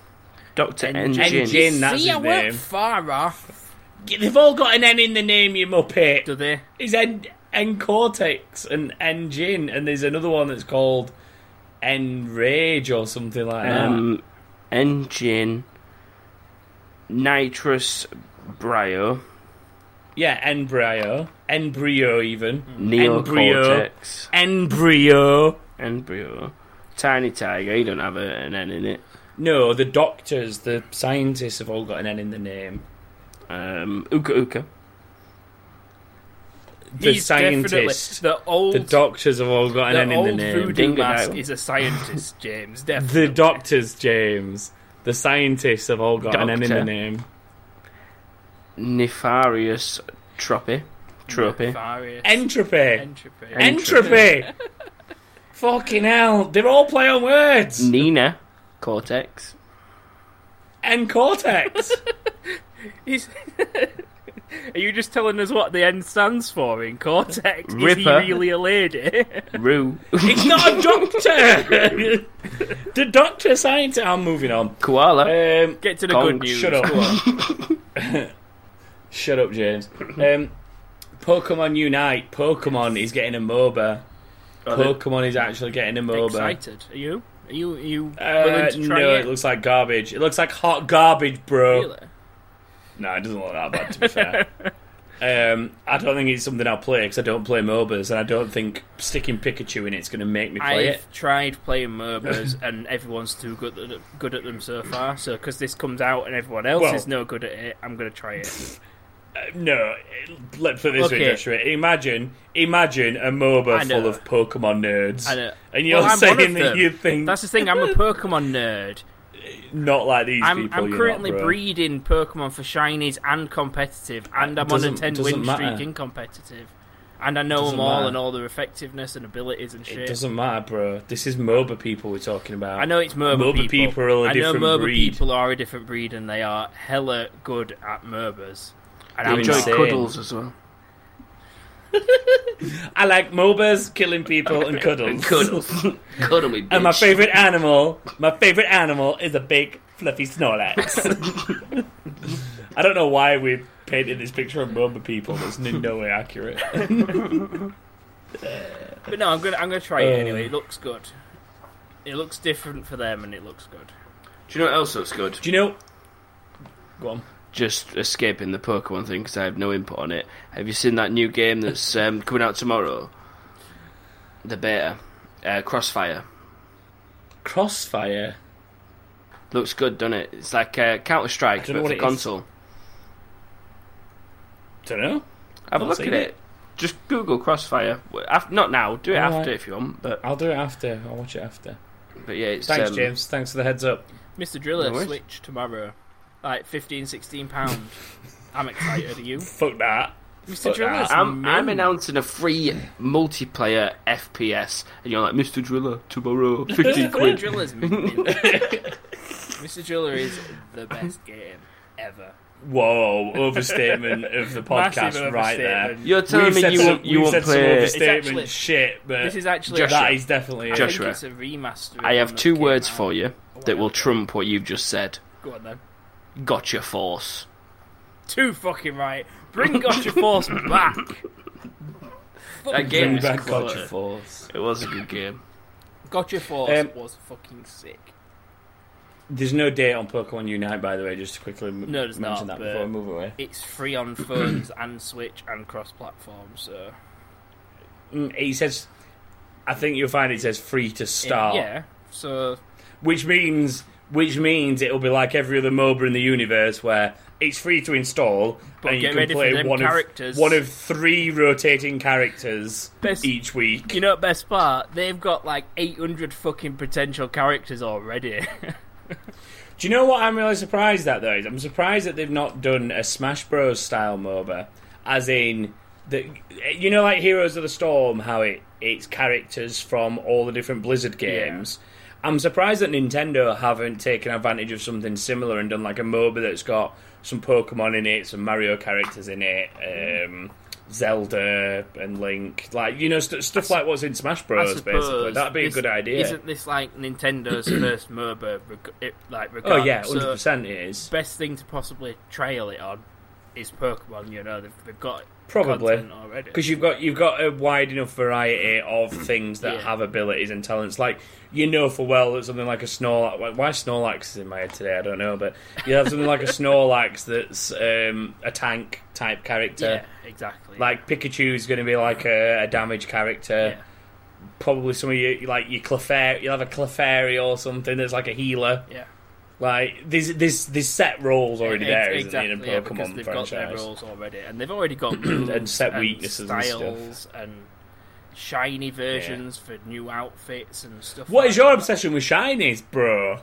Doctor N N. Jin? Jin. that's See, his I weren't name. far off. They've all got an N in the name, you muppet. Do they? Is N N Cortex and N Jin, and there's another one that's called N Rage or something like that. Um, N Jin, Nitrous Brio, yeah, Embryo, embryo even, embryo, Neocortex, embryo. Embryo, Tiny Tiger. You don't have a, an N in it. No, the doctors, the scientists have all got an N in the name. Um, Uka Uka. The he's scientists, definitely the old. the doctors have all got an the N in old the name. voodoo Dingo mask Dial. is a scientist, James. Definitely. The doctors, James, the scientists have all got an N in Doctor. the name. Nefarious Tropi. Tropi. Nefarious Entropy. entropy. Entropy. Fucking hell! They're all play on words. Nina Cortex. N cortex. He's- Are you just telling us what the N stands for in Cortex? Is he Ripper. really a lady? Rue. it's not a doctor. the doctor scientist. I'm moving on. Koala. Um, Get to the Gong, good news. shut up. Go on. shut up, James. Um, Pokemon Unite. Pokemon is getting a MOBA. Pokemon is actually getting a MOBA. Excited? Are you? Are you? Are you Uh, willing to try no, it? it looks like garbage. It looks like hot garbage, bro. Really? No, it doesn't look that bad to be fair. Um, I don't think it's something I'll play because I don't play MOBAs, and I don't think sticking Pikachu in it's going to make me play it. I've tried playing MOBAs and everyone's too good at, good at them so far. So because this comes out and everyone else Well- is no good at it, I'm gonna try it. No, it- let's put this Okay. way, Joshua. Imagine, imagine a MOBA I know. full of Pokemon nerds, I know. and you're Well, I'm one saying of that them. you think That's the thing. I'm a Pokemon nerd. not like these I'm, people. I'm you're currently not, bro. breeding Pokemon for shinies and competitive, and I'm on a Doesn't- 10 doesn't win matter. streak in competitive. And I know Doesn't them all matter. and all their effectiveness and abilities and It shit. doesn't matter, bro. This is MOBA people we're talking about. I know it's MOBA, MOBA people. people are a I know different MOBA breed. people are a different breed and they are hella good at MOBAs. And I I'm enjoy insane. cuddles as well. I like MOBAs, killing people, and cuddles. Cuddle me, bitch. And my favorite animal, my favorite animal is a big fluffy Snorlax. I don't know why we painted this picture of Mumba people. It's in no way accurate. But no, I'm gonna I'm gonna try it Uh. anyway. It looks good. It looks different for them, and it looks good. Do you know what else looks good? Do you know? Go on. Just escaping the Pokemon thing because I have no input on it. Have you seen that new game that's um, coming out tomorrow? The beta. Uh, Crossfire. Crossfire. Looks good, doesn't it? It's like uh, Counter Strike don't but know what for it is. console. Don't know. Have a Not look seen at it. it. Just Google Crossfire. Well, af- Not now. Do it Alright. after if you want. But I'll do it after. I'll watch it after. but yeah, it's Thanks, um, James. Thanks for the heads up. Mr. Driller No worries. Switch tomorrow, like 15, 16 pound. I'm excited. Are you? Fuck that. Mr. But, Driller's I'm, I'm mean. announcing a free multiplayer FPS, and you're like, Mr. Driller, tomorrow, 15 Mr. quid. Driller's mean. Mr. Driller is the best game ever. Whoa, overstatement of the podcast Massive right there. overstatement. You're telling We've me said you some- won't, you we've won't said some play. overstatement actually- shit, but This is actually Joshua. that is definitely I it. Joshua. think it's a remaster. of I one have that two came words out. for you Oh, that will trump what you've just said. Go on then. Gotcha Force. Too fucking right. Bring Gotcha Force back. Fuck That game Bring is yes. back quality. Gotcha Force. It was a good game. Gotcha Force Um, was fucking sick. There's no date on Pokemon Unite, by the way, just to quickly m- No, there's mention not, that but- before I move away. It's free on phones and Switch and cross-platform, so Mm, It says, I think you'll find it says free to start, yeah. So which means which means it'll be like every other MOBA in the universe where it's free to install But and get you can ready for play them one characters. of one of three rotating characters Best- each week. you know, best part, they've got like 800 fucking potential characters already. Do you know what I'm really surprised at though? Is I'm surprised that they've not done a Smash Bros style MOBA, as in the you know like Heroes of the Storm, how it it's characters from all the different Blizzard games. I'm surprised that Nintendo haven't taken advantage of something similar and done like a MOBA that's got some Pokemon in it, some Mario characters in it, um, Zelda and Link, like you know st- stuff like what's in Smash I Bros. Basically, suppose that'd be a this- good idea. Isn't this like Nintendo's first MOBA? Reg- it, like, oh yeah, regardless? hundred So, percent it is. best thing to possibly trail it on is Pokemon. You know, they've, they've got Probably. content already. because you've got you've got a wide enough variety of things that Yeah. have abilities and talents. Like you know for well that something like a Snorlax. why- Why Snorlax is in my head today? I don't know, but you have something like a Snorlax that's um, a tank type yeah, character. exactly. Like Pikachu's going to be like a, a damage character. Yeah. Probably some of you like your Clefairy. You'll have a Clefairy or something that's like a healer. yeah, Like there's this this set roles already Ex- there, isn't exactly. there, in a yeah, Pokemon because they've franchise. got their roles already, and they've already got moves And set weaknesses and stuff. styles, and, shiny versions for new outfits and stuff. What like is your that. obsession with shinies, bro?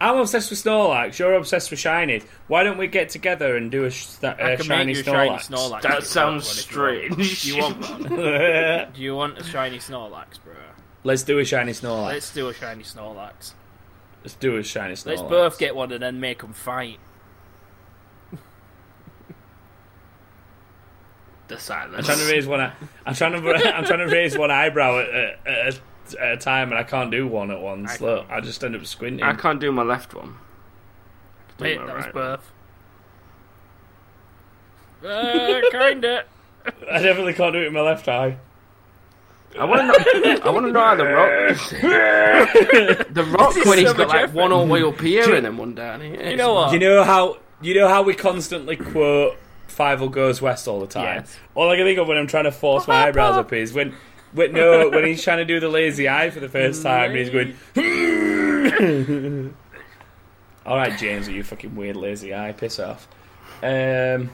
I'm obsessed with Snorlax. You're obsessed with shinies. Why don't we get together and do a, sh- th- I a can shiny make you a shiny Snorlax? Snorlax. if you That want sounds one, if you want. strange. Do you want one? Snorlax. Do you want a shiny Snorlax, bro? Let's do a shiny Snorlax. Let's, Let's do a shiny Snorlax. do a shiny Snorlax. Let's both get one and then make them fight. the I'm silence. trying to raise one. I- I'm trying to. I'm trying to raise one eyebrow at, at, at, a- at a time, and I can't do one at once. I- Look, I just end up squinting. I can't do my left one. Do Wait, my that was right one. both. Uh, kinda. I definitely can't do it in my left eye. I want to know. I want to know how the rock. the rock is when he's so got much like effort. one all way up here and then one down here. You know what? You know how you know how we constantly quote Five Will Goes West all the time. Yes. All I can think of when I'm trying to force my eyebrows up is when, when no, when he's trying to do the lazy eye for the first time and he's going. all right, James, are you fucking weird lazy eye? Piss off. Um,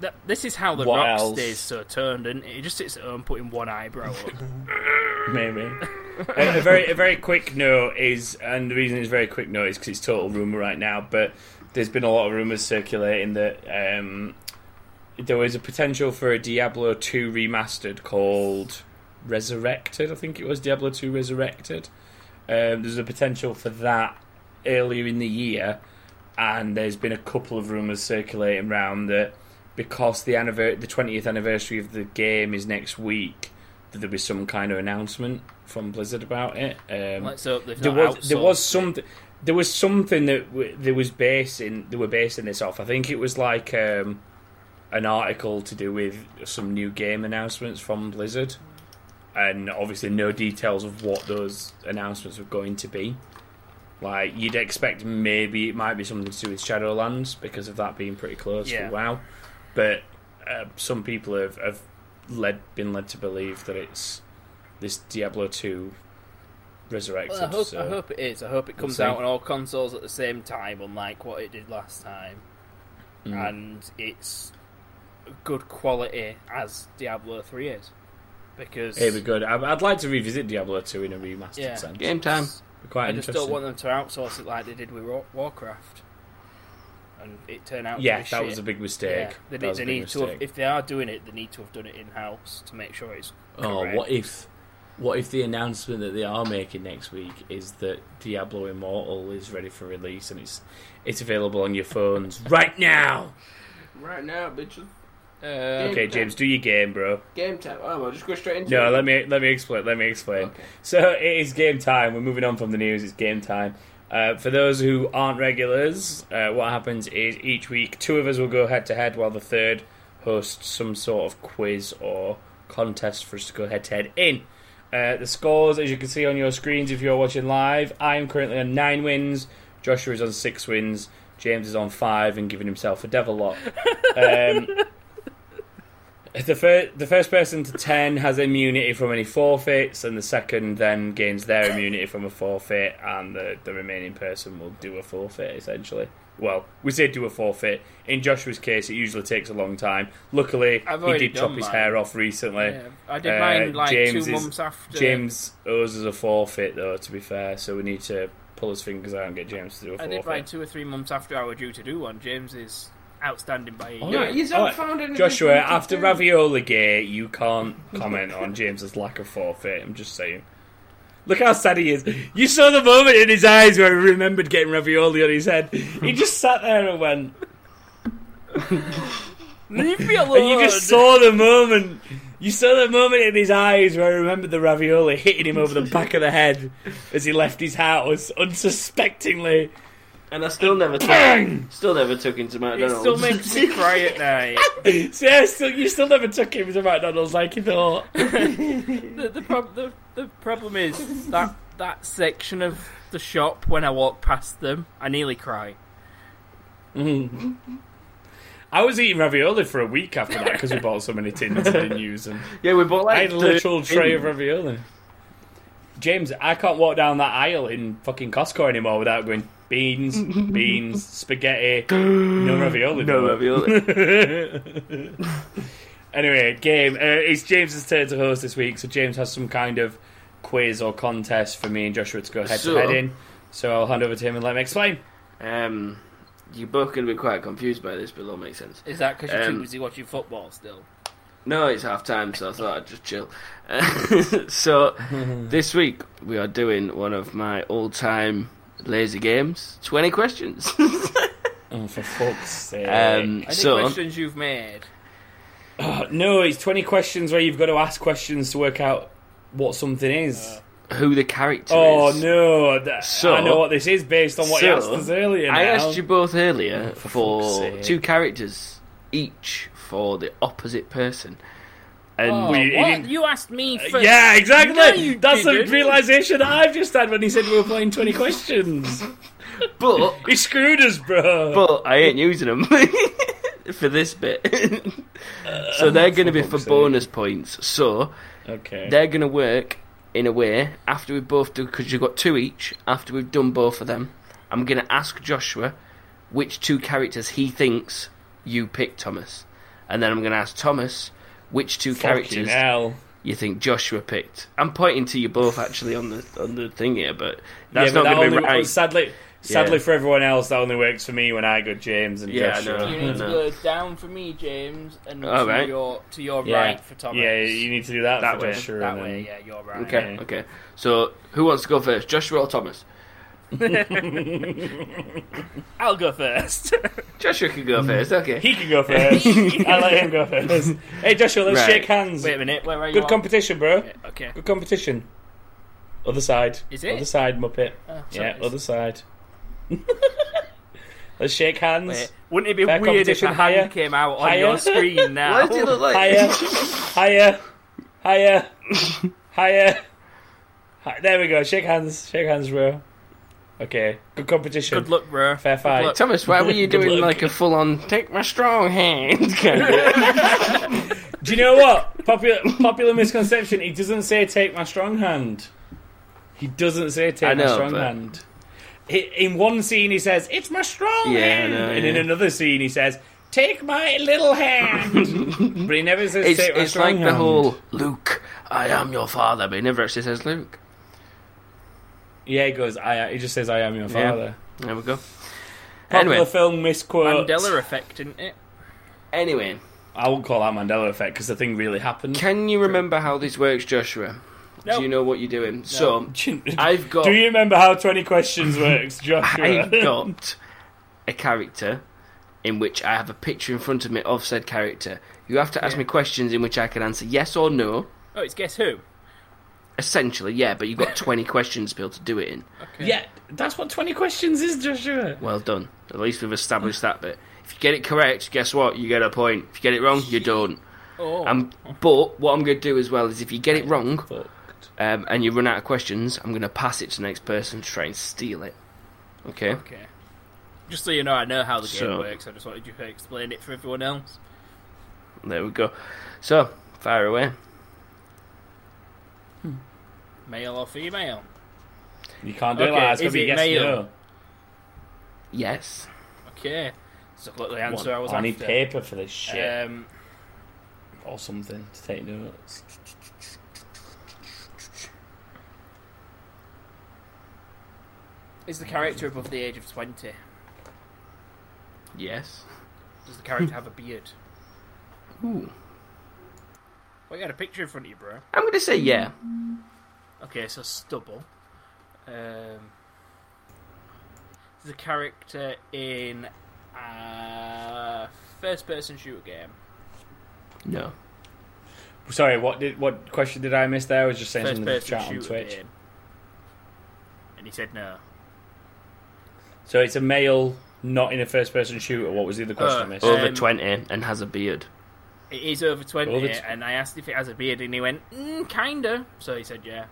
Th- this is how the What rock else? stays so turned, and it? it just sits at home putting one eyebrow up. maybe. a, a very a very quick note is, and the reason it's a very quick note is because it's total rumor right now. But there's been a lot of rumors circulating that um, there is a potential for a Diablo two remastered called Resurrected. I think it was Diablo two Resurrected. Um, there's a potential for that earlier in the year, and there's been a couple of rumors circulating around that because the anniver- the twentieth anniversary of the game is next week, that there'll be some kind of announcement from Blizzard about it. Um, Let's hope they've there not was there was outsourced something there was something that w- there was basing they were basing this off. I think it was like um, an article to do with some new game announcements from Blizzard, and obviously no details of what those announcements were going to be. Like you'd expect, maybe it might be something to do with Shadowlands because of that being pretty close Yeah. to WoW, but uh, some people have, have led been led to believe that it's this Diablo two resurrected. Well, I hope, so. I hope it is. I hope it comes see. out on all consoles at the same time, unlike what it did last time. Hmm. And it's good quality as Diablo 3 is. Because It'd be good. I- I'd like to revisit Diablo 2 in a remastered Yeah. sense. Game time. Be Quite I just interesting. don't want them to outsource it like they did with Wa- Warcraft. and it turned out. Yeah, to that be was shit. a big mistake. They, That need, was they a big need to. Have, mistake. if they are doing it, they need to have done it in house to make sure it's. Oh, correct. what if, what if the announcement that they are making next week is that Diablo Immortal is ready for release and it's it's available on your phones right now? Right now, bitches. Okay, James, do your game, bro. Game time. Oh, well, just go straight into No, it. let me let me explain. Let me explain. Okay. So it is game time. We're moving on from the news. It's game time. Uh, for those who aren't regulars, uh, what happens is each week two of us will go head to head, while the third hosts some sort of quiz or contest for us to go head to head in. Uh, the scores, as you can see on your screens if you're watching live, I am currently on nine wins. Joshua is on six wins. James is on five and giving himself a devil lock. Um, the first, the first person to ten has immunity from any forfeits, and the second then gains their immunity from a forfeit, and the, the remaining person will do a forfeit essentially. Well, we say do a forfeit. In Joshua's case, it usually takes a long time. Luckily, I've he already did chop done his mine. hair off recently. Yeah, I did Uh, mine like James two is- months after. James owes us a forfeit, though. To be fair, so we need to pull his fingers out and get James to do a I forfeit. did mine two or three months after I were due to do one. James is outstanding by a year. Oh, No, Alright, he's alright. unfound in Joshua, after Ravioli Gate, you can't comment on James's lack of forfeit. I'm just saying. Look how sad he is. You saw the moment in his eyes where he remembered getting ravioli on his head. He just sat there and went, Leave me alone. and you just saw the moment. You saw the moment in his eyes where he remembered the ravioli hitting him over the back of the head as he left his house unsuspectingly. And I still never took, Bang! still never took into It McDonald's. still makes me cry at night. So yeah, still, you still never took him to McDonald's like you thought. The, the, prob- the, the problem is that that section of the shop when I walk past them, I nearly cry. Mm. I was eating ravioli for a week after that because we bought so many tins and didn't use them. yeah, we bought like I had a literal thirty tray in. of ravioli. James, I can't walk down that aisle in fucking Costco anymore without going beans, beans, spaghetti, no ravioli. No though. ravioli. anyway, game. Uh, it's James's turn to host this week, so James has some kind of quiz or contest for me and Joshua to go head So- to head in. So I'll hand over to him and let him explain. um, you're both going to be quite confused by this, but it'll make sense. Is that because you're Um, too busy watching football still? No, it's half time, so I thought I'd just chill. so, this week we are doing one of my all time lazy games 20 questions. Oh, for fuck's sake. um, Any so, questions you've made? Oh, no, it's 20 questions where you've got to ask questions to work out what something is. who the character oh, is. no. That, So- I know what this is based on what you So, asked us earlier. I now. asked you both earlier Oh, for fuck's for sake. two characters each for the opposite person. And Oh, we- what? didn't- Uh, You asked me first. Yeah, exactly. No, you That's the didn't. realization that I've just had when he said we were playing 20 questions. but he screwed us, bro. but I ain't using them for this bit. so they're going to be For for fuck's sake. bonus points. So okay. they're going to work in a way after we've both done because you've got two each. After we've done both of them, I'm going to ask Joshua which two characters he thinks you picked, Thomas, and then I'm going to ask Thomas which two Fucking characters hell. you think Joshua picked. I'm pointing to you both actually on the on the thing here, but that's Yeah, but not that going to be only- right. Sadly, sadly for everyone else, that only works for me when I go James and Yeah, I Joshua. know. You need to I know. go down for me, James, and All to right. your to your Yeah. right for Thomas. Yeah, you need to do that, That for way. Joshua. that and way. then- Yeah, you're right. Okay, okay. So who wants to go first, Joshua or Thomas? I'll go first. Joshua can go first. Okay. Mm. He can go first. I let him go first. Hey Joshua, let's Right. shake hands. Wait a minute, where are you? Good on? competition, bro. Yeah, Okay. Good competition. Other side. Is it? Other side, Muppet. Oh, yeah, sorry. other side. let's shake hands. Wait, wouldn't it be Fair weird if competition, a hand higher. came out on Higher. your screen now? Why Oh, does he look like? Higher. higher. Higher. higher. Hi- There we go. Shake hands. Shake hands, bro. Okay. Good competition. Good luck, bro. Fair fight. luck. Thomas, why were you Good doing luck. like a full-on "take my strong hand" kind of? Do you know what? Popular popular misconception. He doesn't say take my strong hand. He doesn't say I take my know, strong but- hand. He, in one scene he says it's my strong Yeah, I hand, know, and in yeah. another scene he says take my little hand. but he never says It's take my it's strong like hand. the whole Luke, I am your father, but he never actually says Luke. yeah. He goes I. He just says I am your Yeah. father. There we go. Popular Anyway. film misquote. Mandela effect, isn't it? Anyway, I won't call that Mandela effect because the thing really happened. can you remember how this works, Joshua? No. Do you know what you're doing? So I've got Do you remember how 20 questions works, Joshua? I've got a character in which I have a picture in front of me of said character. You have to ask Yeah. me questions in which I can answer yes or no. Oh, it's Guess Who. Essentially, yeah, but you've got 20 questions, Bill, to do it in. Okay. Yeah, that's what 20 questions is, Joshua. Well done. At least we've established that bit. If you get it correct, guess what? You get a point. If you get it wrong, you don't. Oh. Um, but what I'm going to do as well is if you get it wrong Fucked. um, and you run out of questions, I'm going to pass it to the next person to try and steal it. Okay? okay. Just so you know, I know how the game So- works. I just wanted you to explain it for everyone else. There we go. So, fire away. Male or female? You can't do Okay, that. It's going is to be it yes male? no. Yes. Okay. So look, the answer I was I need after. paper for this shit. Um, or something to take notes. is the character above the age of twenty? Yes. Does the character have a beard? Ooh. Well, you had a picture in front of you, bro. I'm going to say yeah. Okay, so stubble. Um, the character in a first-person shooter game. No. Sorry, what did what question did I miss there? I was just saying something in the First-person chat on shooter Twitch. game. And he said no. So it's a male, not in a first-person shooter. What was the other question I missed? Uh, Over Um, 20 and has a beard. It is over twenty, Over tw- and I asked if it has a beard, and he went, mm, "Kinda." So he said, "Yeah,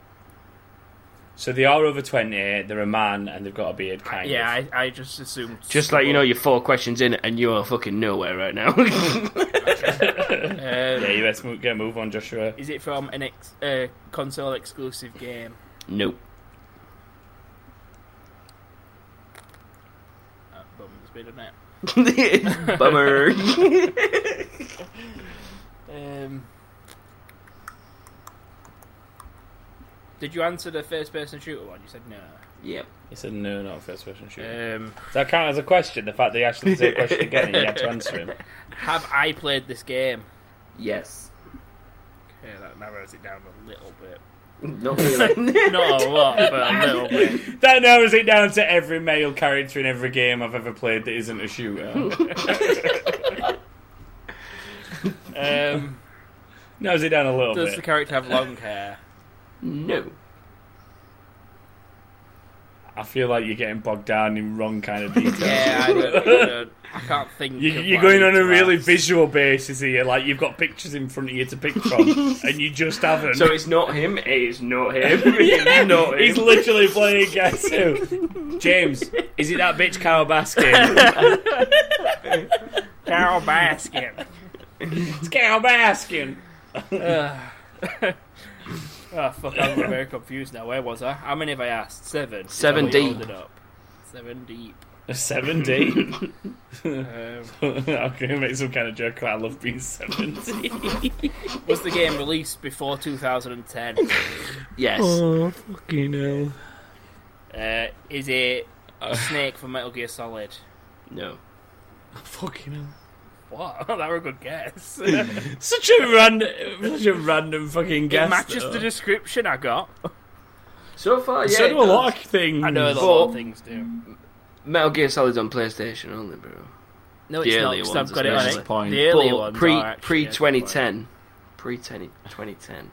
so they are over twenty. They're a man and they've got a beard, kind yeah." of. I, I just assumed. Just like you know, you're four questions in and you're fucking nowhere right now. Um, yeah, you best move, get a move on, Joshua. Is it from an ex- uh, console exclusive game? nope. That bums me, doesn't it? Bummer. Um, did you answer the first person shooter one? You said no. yep. He said no, not a first-person shooter. Um, Does that count as a question? The fact that he asked the same question again and you had to answer him. have I played this game? Yes. Okay, that narrows it down a little bit. Not really. Not a lot, but a little bit. That narrows it down to every male character in every game I've ever played that isn't a shooter. Um, narrows it down a little does bit. the character have long hair? no. I feel like you're getting bogged down in wrong kind of details. Yeah, I, don't, I, don't, I can't think. You, of you're what I going need on a to really ask. visual basis here. Like you've got pictures in front of you to pick from, and you just haven't. So it's not him. It is not him. It is not him. He's literally playing Guess Who. James, is it that bitch Carol Baskin? Carol Baskin. it's Carol Baskin. Oh Ah. fuck! I'm very confused now. Where was I? How many have I asked? Seven. Is that Seven what you deep. rounded up? Seven deep. Seventy. Um, I'm gonna make some kind of joke. about I love being seventy. was the game released before 2010? yes. Oh fucking hell! Uh, is it Snake from Metal Gear Solid? No. Fucking hell! What? that were a good guess. Such a random, such a random fucking guess. it matches though. the description I got. So far, yeah. So it do a lot does. of things. I know that a Four. lot of things do. Metal Gear Solid's on PlayStation only, bro. No, The it's not earlier because ones I've got it on especially. it. Point. The earlier But ones pre are actually pre a good 2010, pre 2010 point.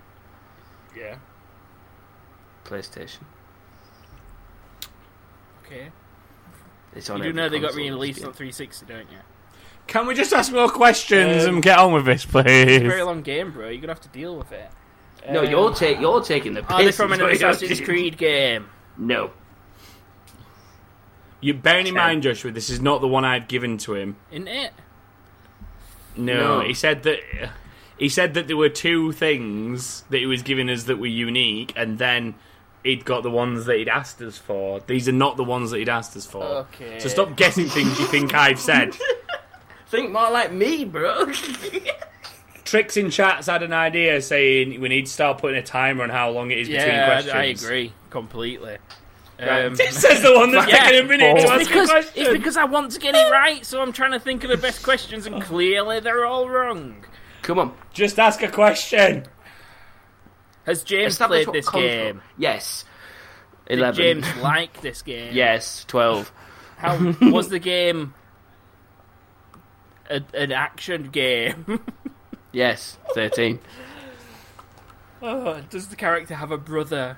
Yeah. PlayStation. Okay. It's on. You do every know they got console, released yeah. on 360, don't you? Can we just ask more questions Um, and get on with this, please? Very long game, bro. You're gonna have to deal with it. No, Um, you're take you're taking the piss. Are they from is an what you're Assassin's doing. Creed game? No. You bear in Ten. mind, Joshua, this is not the one I had given to him. Isn't it? No, No. he said that he said that there were two things that he was giving us that were unique, and then he'd got the ones that he'd asked us for. These are not the ones that he'd asked us for. Okay. So stop guessing things you think I've said. Think more like me, bro. Tricks in chats had an idea saying we need to start putting a timer on how long it is between Yeah, questions. I, I agree completely. Um, It says the one that's Yeah. taking a minute to Balls. ask a because it's question. because I want to get it right, so I'm trying to think of the best questions, and clearly they're all wrong. Come on. Just ask a question. Has James Establish played what this comes game? from- Yes. Did Eleven. James like this game? yes. Twelve. How was the game? A, an action game. Yes. Thirteen. oh, does the character have a brother?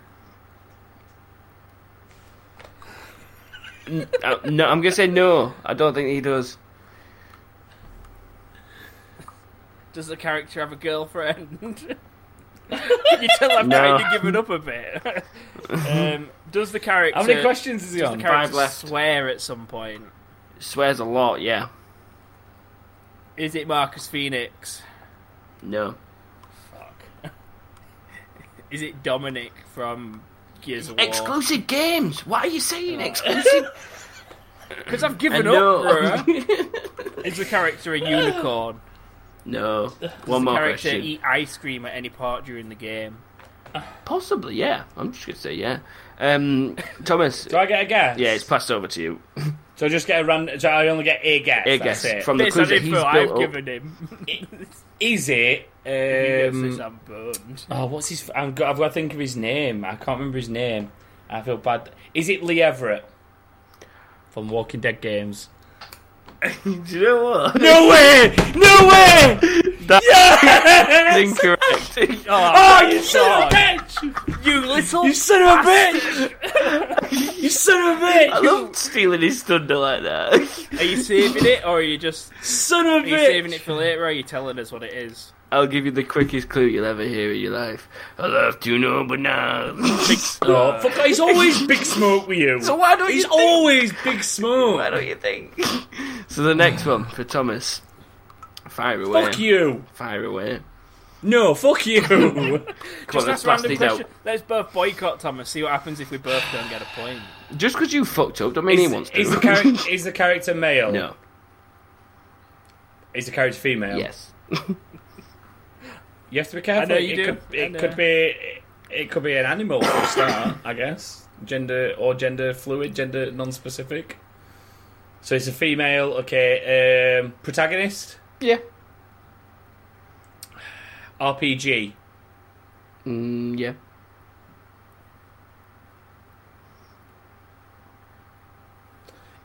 Uh, no, I'm gonna say no. I don't think he does. Does the character have a girlfriend? Can you tell I'm No. trying to give it up a bit? um, does the character? How many questions is he Does the on? character Five left. swear at some point? Swears a lot. Yeah. Is it Marcus Phoenix? No. Fuck. Is it Dominic from Gears of War? Exclusive games. What are you saying? Exclusive. Because I've given and up, no. bruh. Is the character a unicorn? no. One more character question. eat ice cream at any part during the game? Possibly. Yeah. I'm just gonna say yeah. Um, Thomas. Do I get a guess? yeah, it's passed over to you. So I just get a random. So I only get a guess. A that's guess it. from the Based on clues that he's info built I've up. given him. Is it? He Um, says I'm boned. oh, what's his? I've got, I've got to think of his name. I can't remember his name. I feel bad. Is it Lee Everett from Walking Dead games? Do you know what? No way! No way! That's Yes! incorrect. Oh, you son of a God. bitch! You little You son of a bitch! you son of a I bitch! love stealing his thunder like that. Are you saving it or are you just Son of a are you bitch! saving it for later or are you telling us what it is? I'll give you the quickest clue you'll ever hear in your life. I love to know, but now. Uh. Oh, fuck, he's always big smoke with you. So why don't he's you think- always big Why smoke. don't you think? so the next one for Thomas. Fire away. Fuck you. Fire away. No, fuck you. Come on, let's That's blast random these question. out. Let's both boycott Thomas, see what happens if we both don't get a point. Just because you fucked up, don't mean he is, wants to. is, the charac- is the character male? no. Is the character female? Yes. You have to be careful. I know you it do. Could, I it know. could be. It could be an animal for a start, I guess. Gender or gender fluid, gender non-specific. So it's a female. Okay. Um, protagonist. yeah. RPG. Mm, yeah.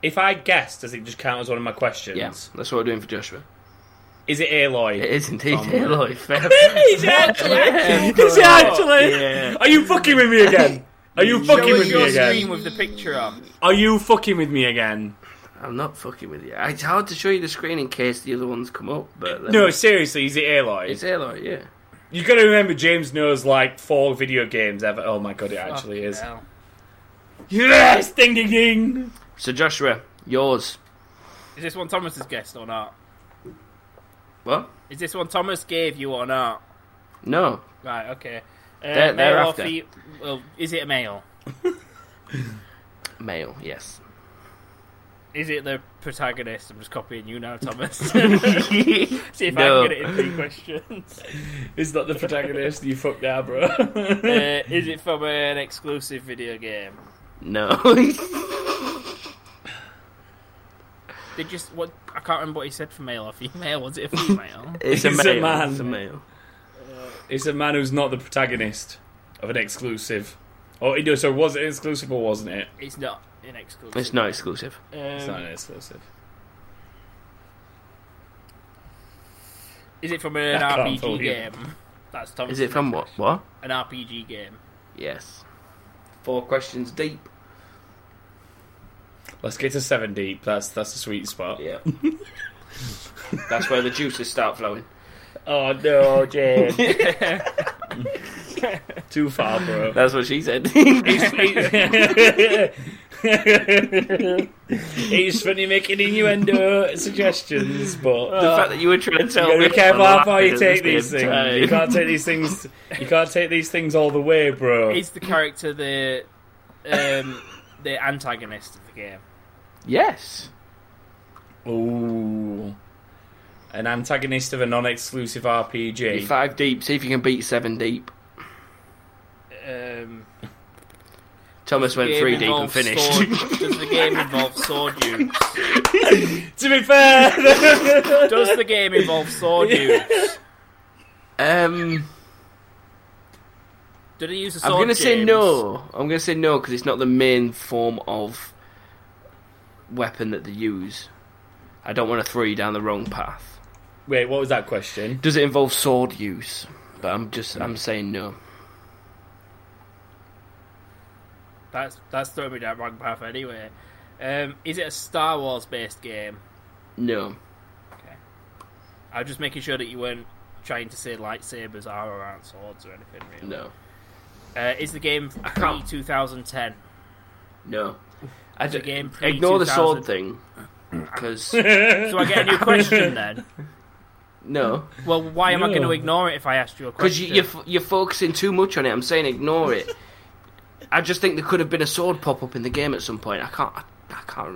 If I guess, does it just count as one of my questions? Yeah. That's what we're doing for Joshua. Is it Aloy? It is indeed. Tom. Aloy. Fair. Is it actually? Is it actually? Yeah. Are you fucking with me again? Are you Show fucking Show with us your me again? screen with the picture on. Are you fucking with me again? I'm not fucking with you. It's hard to show you the screen in case the other ones come up, but No, seriously, is it Aloy? it's Aloy, yeah. you gotta remember James knows like four video games ever. Oh my god, it actually Fucking is. hell. Yes! Ding ding ding! So Joshua, yours. Is this one Thomas has guessed or not? What? Is this one Thomas gave you or not? No. Right, okay. Uh, They're- they're male or after. fe- well, is it a male? Male, yes. Is it the protagonist? I'm just copying you now, Thomas. See if No. I can get it in three questions. Is that the protagonist? you fucked now, bro. Uh, is it from an exclusive video game? No. They just what I can't remember what he said for male or female. Was it a female? it's a He's a male. man. It's a male. it's a man who's not the protagonist of an exclusive. Oh, no, so was it exclusive or wasn't it? it's not an exclusive. It's not exclusive. Um, It's not an exclusive. Is it from an I can't RPG believe game? it. That's Thomas. Is it from what? What? An RPG game. Yes. Four questions deep. Let's get to seven deep. That's that's a sweet spot. Yeah. That's where the juices start flowing. Oh no, James. Too far, bro. That's what she said. it's funny making innuendo suggestions, but the fact that you were trying to you tell gotta me. be careful I'm how far you laughing at take the these same things. time. You can't take these things. You can't take these things all the way, bro. Is the character the um, the antagonist of the game? Yes. Ooh, an antagonist of a non-exclusive You're RPG. five deep. See if you can beat seven deep. Um, Thomas went Game three deep and involves finished. sword- does the game involve sword use? To be fair, Does the game involve sword use? um, Did it use a I'm sword? going to say James? no. I'm going to say no because it's not the main form of weapon that they use. I don't want to throw you down the wrong path. wait, what was that question? Does it involve sword use? But I'm just I'm saying no. That's that's throwing me down the wrong path anyway. Um, is it a Star Wars based game? No. I'm just making sure that you weren't trying to say lightsabers are or aren't swords or anything. Really. No. Uh, is the game pre can't. 2010? No. I The d- game pre- ignore the 2000. sword thing because So I get a new question then. no, Well, why am I going No. to ignore it if I asked you a because question? you, you're f- you're focusing too much on it. I'm saying ignore it. I just think there could have been a sword pop up in the game at some point. I can't. I, I can't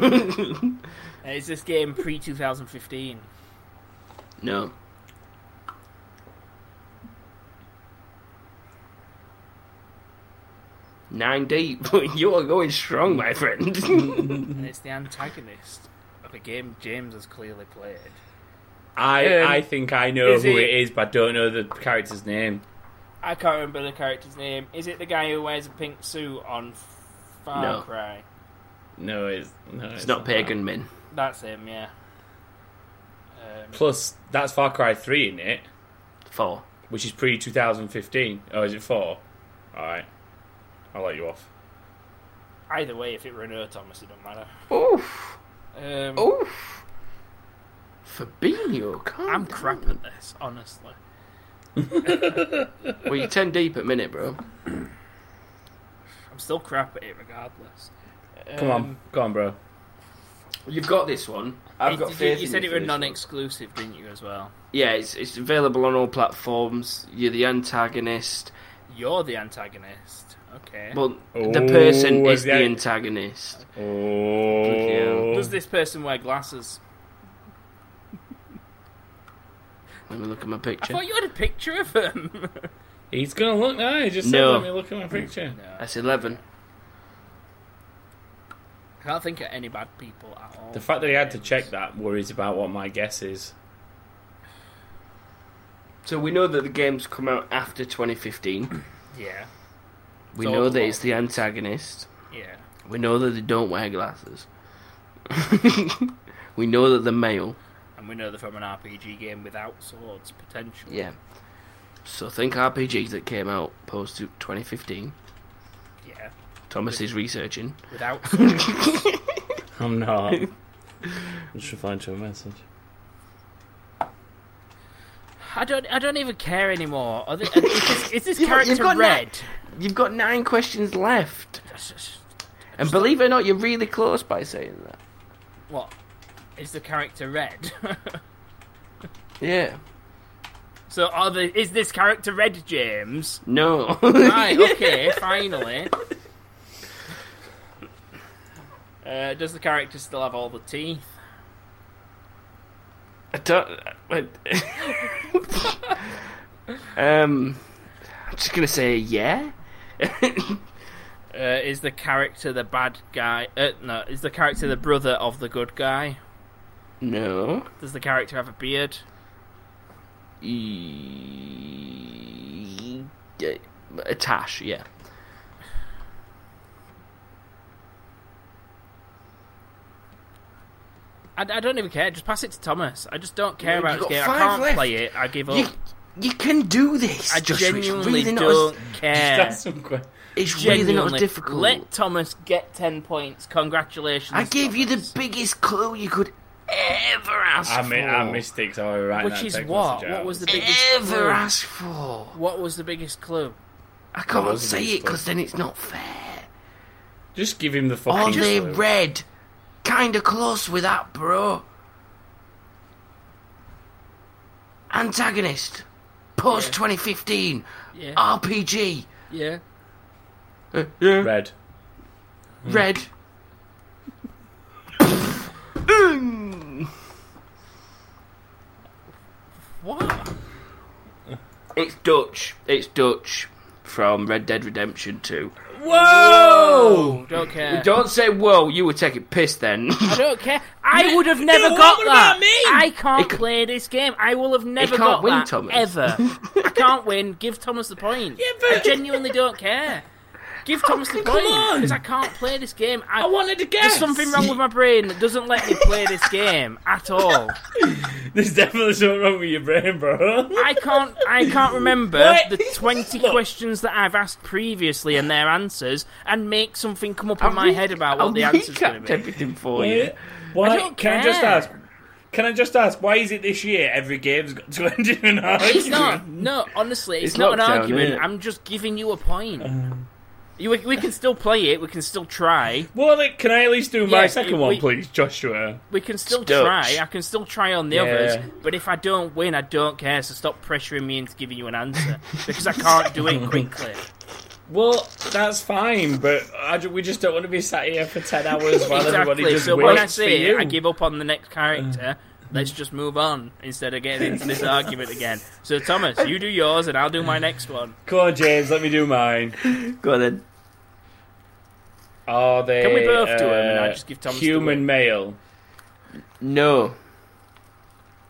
remember. Uh, is this game pre 2015? No. Nine deep. you are going strong, my friend. And it's the antagonist of a game James has clearly played. I Um, I think I know is who it- it is, but I don't know the character's name. I can't remember the character's name. Is it the guy who wears a pink suit on Far No. Cry? No, it's no, it's not Pagan that. Min. That's him, yeah. Um, Plus, that's Far Cry Three in it, Four. which is pre 2015. Oh, is it four? All right, I'll let you off. either way, if it were no Thomas, it don't matter. Oof. Um, Oh. Oof. Fabinho, calm I'm down. crap at this, honestly. Well, you're ten deep at minute, bro. I'm still crap at it regardless. Come on, Um, come on, bro. You've got this one. I've it- got did faith. you, you in said you it for were this one. non-exclusive, didn't you, as well? Yeah, it's it's available on all platforms. You're the antagonist. You're the antagonist. Okay. Well, the Oh, person is is the that- antagonist. Oh, Does this person wear glasses? Let me look at my I picture. thought you had a picture of him. he's gonna look now. He just No. said, "Let me look at my picture." no, That's eleven. I can't think of any bad people at all. The fact that he had to check that worries about what my guess is. So we know that the games come out after 2015. Yeah, We So know the that what? it's the antagonist. yeah. We know that they don't wear glasses. we know that they're male. And we know they're from an RPG game without swords, potentially. Yeah. So think RPGs that came out post 2015. Yeah. Thomas is researching. Without swords. I'm not. I should replying to a message. I don't. I don't even care anymore. Are they, is this, is this You've got- character you've got red? You've got nine questions left. And believe it or not, you're really close by saying that. What? Is the character red? Yeah. so are the? Is this character red, James? No. Right. Okay. finally. Uh, does the character still have all the teeth? I don't. I- um, I'm just gonna say yeah. Uh, is the character the bad guy? Uh, no. Is the character the brother of the good guy? no. Does the character have a beard? E- a Tash, yeah. I, I don't even care. Just pass it to Thomas. I just don't care You've about this got game. I five can't left. play it. I give up. You, you can do this. I Joshua. It's genuinely really not don't As, care. That's some que- it's really genuinely. not as difficult. Let Thomas get ten points. Congratulations. I gave you the Thomas. biggest clue you could ever ask I, mi- I for. mistakes are right. Which is what? What was the biggest ever clue? asked for. What was the biggest clue? I That can't was a say it biggest clue. because then it's not fair. Just give him the fucking. Are they clue. red? Kinda close with that, bro. Antagonist. Post Yeah. 2015. Yeah. RPG. yeah. Uh, yeah. Red. Red. Mm. What? it's Dutch. It's Dutch from Red Dead Redemption 2. Whoa! Oh, Don't care. Don't say whoa. You were taking piss then. I don't care. I would have never what got about that. me? I can't It c- play this game. I will have never can't got win, that Thomas. ever. I can't win. Give Thomas the point. Yeah, but- I genuinely don't care. Give Thomas the come on. point because I can't play this game. I, I wanted to guess. There's something wrong with my brain that doesn't let me play this game at all. There's definitely something wrong with your brain, bro. I can't. I can't remember What? the 20 Look. questions that I've asked previously and their answers, and make something come up in my re- head about what I'll the answer's going recapped to be. everything for you. Why? why I don't can I just care. ask? Can I just ask? Why is it this year every game's got to end in an argument? It's not. No, honestly, it's, It's not an lockdown, argument. innit? I'm just giving you a point. Um, you, we, we can still play it. We can still try. Well, then, can I at least do my Yeah, second we- one, please, Joshua? We can still It's Dutch. try. I can still try on the Yeah. others. But if I don't win, I don't care. So stop pressuring me into giving you an answer because I can't do it quickly. Well, that's fine, but I ju- we just don't want to be sat here for ten hours while everybody just so waits when I for say you. I give up on the next character, Uh. let's just move on instead of getting into this argument again. So Thomas, you do yours and I'll do my next one. Come on, James, let me do mine. Go on then. Are they? we both do 'em and I uh, just give Thomas the human win? male? No.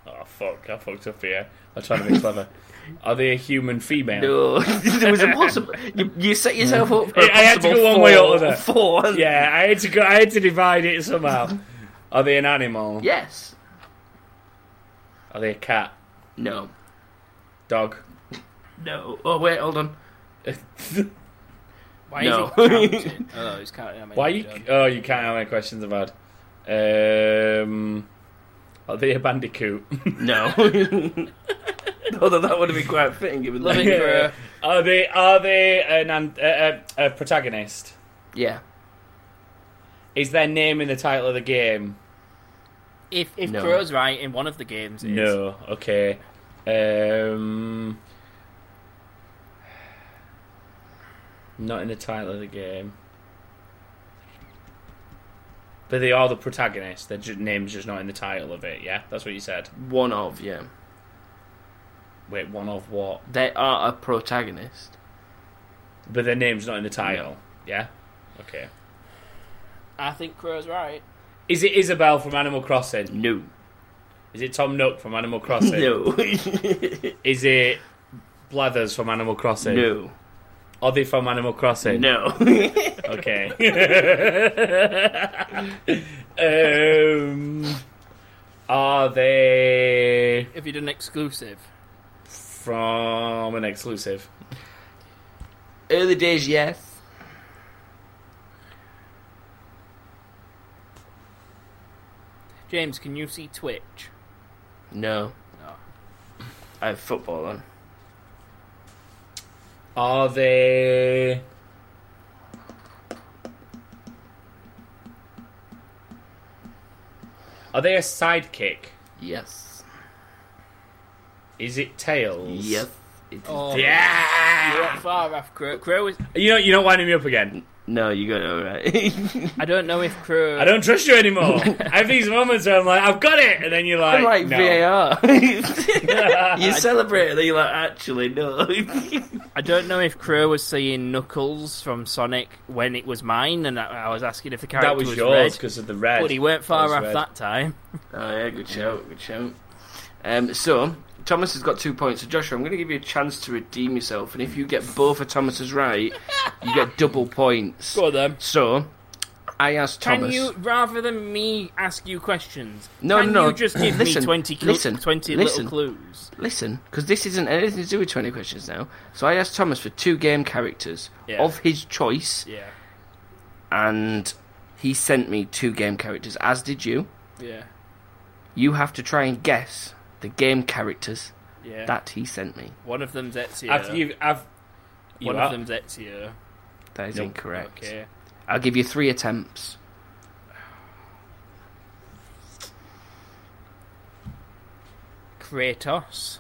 Oh fuck! I fucked up here. I'm trying to be clever. Are they a human female? No, there was a possible. You, you set yourself up. For I- a I had to possible go one four, way or the other. Four. Yeah, I had to go. I had to divide it somehow. Are they an animal? Yes. Are they a cat? No. Dog? No. Oh wait, hold on. Why No. is he counting? oh, he's counting. how many Why I've you? done. Oh, you can't. How many questions I've had? Um, are they a bandicoot? No. Although that would have been quite fitting given Love that. it. Yeah. Yeah. Are they are they an, an a, a, a protagonist? Yeah. Is their name in the title of the game? If if No. Crow's right in one of the games, it is. No. Okay. Um. Not in the title of the game. But they are the protagonist. Their ju- name's just not in the title of it. Yeah, that's what you said. One of yeah. Wait, one of what? They are a protagonist. But their name's not in the title. Yeah. Okay. I think Crow's right. Is it Isabel from Animal Crossing? No. Is it Tom Nook from Animal Crossing? No. Is it Blathers from Animal Crossing? no. Are they from Animal Crossing? No. Okay. um, are they If you did an exclusive, from an exclusive? Early days, yes. James, can you see Twitch? No. No. I have football on. Are they? Are they a sidekick? Yes. Is it Tails? Yes. It is. Oh, you're Yeah. not far off Crow. Crow is. You know, you're not winding me up again. No, you got it all right. I don't know if Crow. I don't trust you anymore. I have these moments where I'm like, I've got it, and then you're like, I'm like no. VAR. you celebrate and then you're like, actually, no. Oh, I don't know if Crow was saying Knuckles from Sonic when it was mine, and I, I was asking if the character That was, red, yours because of the red. but he weren't far was off red. that time. oh, yeah, good shout, good shout. Um, so, Thomas has got two points. So, Joshua, I'm going to give you a chance to redeem yourself. And if you get both of Thomas's right, you get double points. Go on then. So, I asked Can Thomas. you, rather than me ask you questions, No, can no, you just give listen, me 20, clu- listen, 20 listen. little clues? Listen, because this isn't anything to do with 20 questions now. So, I asked Thomas for two game characters Yeah. of his choice, Yeah, and he sent me two game characters, as did you. yeah, You have to try and guess the game characters yeah. that he sent me. One of them's Ezio. After you've, I've, you One are- of them's Ezio. That is Nope. incorrect. Okay. I'll give you three attempts. Kratos.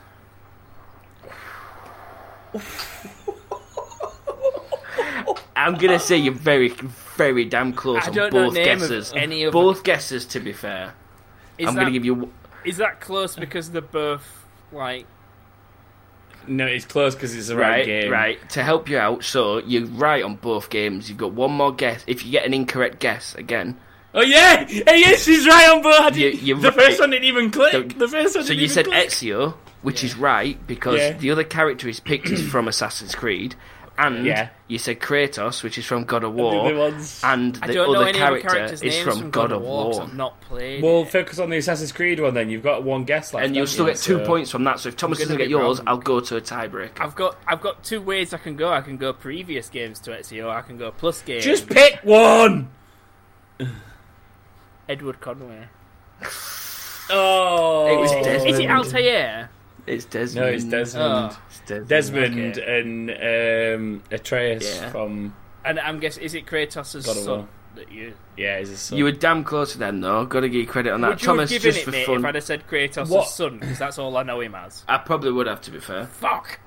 I'm gonna say you're very, very damn close I on don't know both name of guesses. any of both guesses, to be fair. Is I'm that, gonna give you. is that close because they're both, like, No, it's close because it's the right, Right, game. right. To help you out, so you're right on both games. You've got one more guess. If you get an incorrect guess again, Oh yeah, hey, yes, she's right on board. You- you're the right. first one didn't even click. Don't- the first one. so didn't you even said click. Ezio, which is right because Yeah. the other character he's picked is from Assassin's Creed, and Yeah. you said Kratos, which is from God of The War, other ones. and I the don't know other any of the character characters' is names from God of War. 'cause I've not played. Well, it. focus on the Assassin's Creed one then. You've got one guess left. And you'll haven't still you? get two So- points from that. So if Thomas gonna doesn't get be yours, wrong. I'll go to a tiebreaker. I've got I've got two ways I can go. I can go previous games to Ezio. I can go plus games. Just pick one. Edward Conway. Oh, It was Desmond. Is it Altair? It's Desmond. No, it's Desmond. Oh. It's Desmond. Desmond and um, Atreus Yeah. from And I'm guessing is it Kratos' God of War. son that you? Yeah, he's his son. You were damn close to them, though. Got to give you credit on that. Would you Thomas, have given just it for me fun, if I'd have said Kratos' What? son? Because that's all I know him as. I probably would have to be fair. Fuck.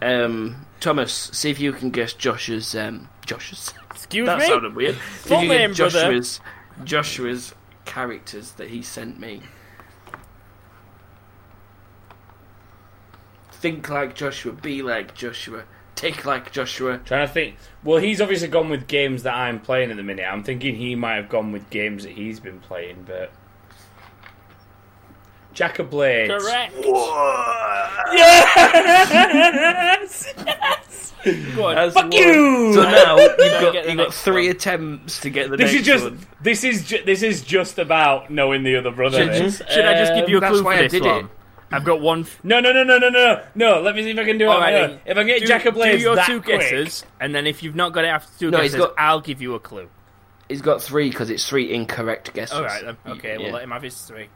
Um, Thomas, see if you can guess Josh's. Um, Josh's. Excuse That me. sounded weird. See if Full you can name, guess brother. Joshua's, Joshua's characters that he sent me. Think like Joshua. Be like Joshua. Take like Joshua. Trying to think. Well, he's obviously gone with games that I'm playing at the minute. I'm thinking he might have gone with games that he's been playing, but Jack of Blades. Correct. Yes. Go on. That's Fuck one. you! So now you've got, get the you've got next three attempts to get the This next is just. one. This is ju- this is just about knowing the other brother. Should- then. Should Um, I just give you a That's clue why for I this did one? it. I've got one. f- No, no, no, no, no, no, no. Let me see if I can do it. All right, on my then. own. If I can get Do- Jack of Blades do your that two quick, guesses, and then if you've not got it after two No, he's guesses, got- I'll give you a clue. He's got three because it's three incorrect guesses. All right then. Okay, Oh, Yeah. we'll let him have his three.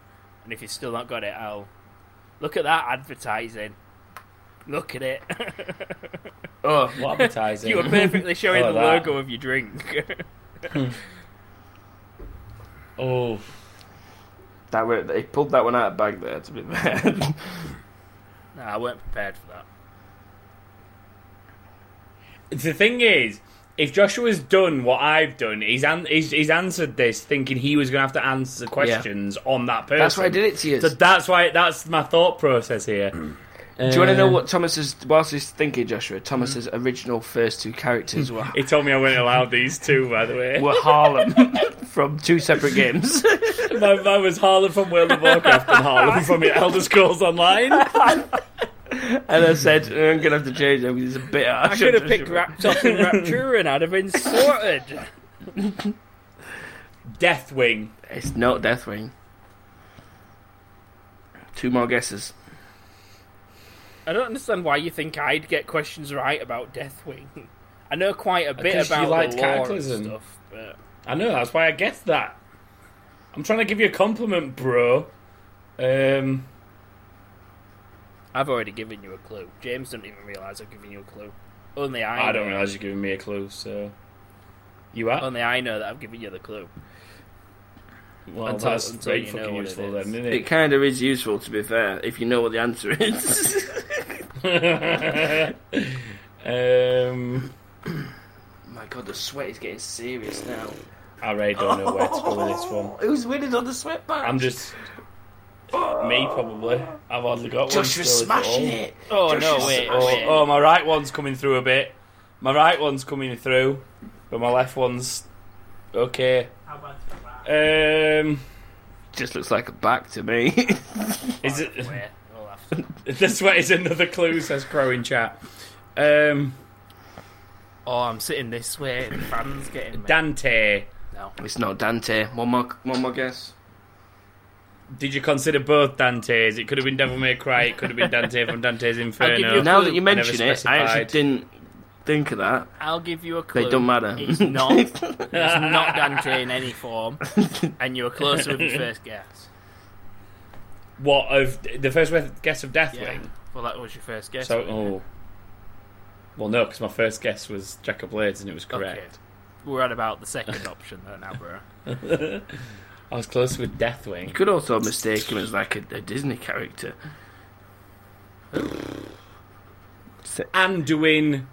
And if he's still not got it, I'll look at that advertising. Look at it. Oh, what advertising? you were perfectly showing Oh, the that. logo of your drink. oh, that were, they pulled that one out of bag there. To be fair. no, I weren't prepared for that. the thing is, if Joshua's done what I've done, he's an- he's, he's answered this thinking he was going to have to answer questions on that person. That's why I did it to you. So that's why that's my thought process here. Do you want to know what Thomas's whilst he's thinking, Joshua? Thomas's original first two characters were He told me I wouldn't allow these two, by the way. were Harlem from two separate games. My mine was Harlan from World of Warcraft and Harlan from Elder Scrolls Online. and I said, I'm gonna have to change them because it's a bit harsh. I should have on picked Joshua." Raptors and Rapture, and I'd have been sorted. Deathwing. It's not Deathwing. Two more guesses. I don't understand why you think I'd get questions right about Deathwing. I know quite a bit Because you about liked the lore Cataclysm. and stuff, but I know that's why I guessed that. I'm trying to give you a compliment, bro. Um, I've already given you a clue. James doesn't even realise I've given you a clue. Only I. I don't know. realise you're giving me a clue, so you are. Only I know that I've given you the clue. well, until- that's until very you know fucking what it useful, is. then, isn't It it? kind of is useful, to be fair, if you know what the answer is. um, My God, the sweat is getting serious now. I really don't know where to go with this one. Who's winning on the sweat patch? I'm just me, probably. I've hardly got one. Josh was so it's all- smashing it. Oh Josh no! is- Wait, Oh, wait. oh, my right one's coming through a bit. My right one's coming through, but my left one's okay. Um, Just looks like a back to me. is it? Wait, we'll have to- This what is another clue, says Crow in chat. Um, Oh, I'm sitting this way. The fan's getting me. Dante, no. it's not Dante. One more, one more guess. did you consider both Dantes? It could have been Devil May Cry, it could have been Dante from Dante's Inferno. I'll give Now that you you a clue. I never mention it, I specified. actually didn't think of that. I'll give you a clue. They don't matter. It's not. it's not Dante in any form. And you were closer with your first guess. What, of the first guess of Yeah. Deathwing? Well, that was your first guess. So, wasn't it? oh. Well, no, because my first guess was Jack of Blades and it was correct. We're at about the second option though now, bro. I was close with Deathwing. You could also mistake him as like a, a Disney character. Anduin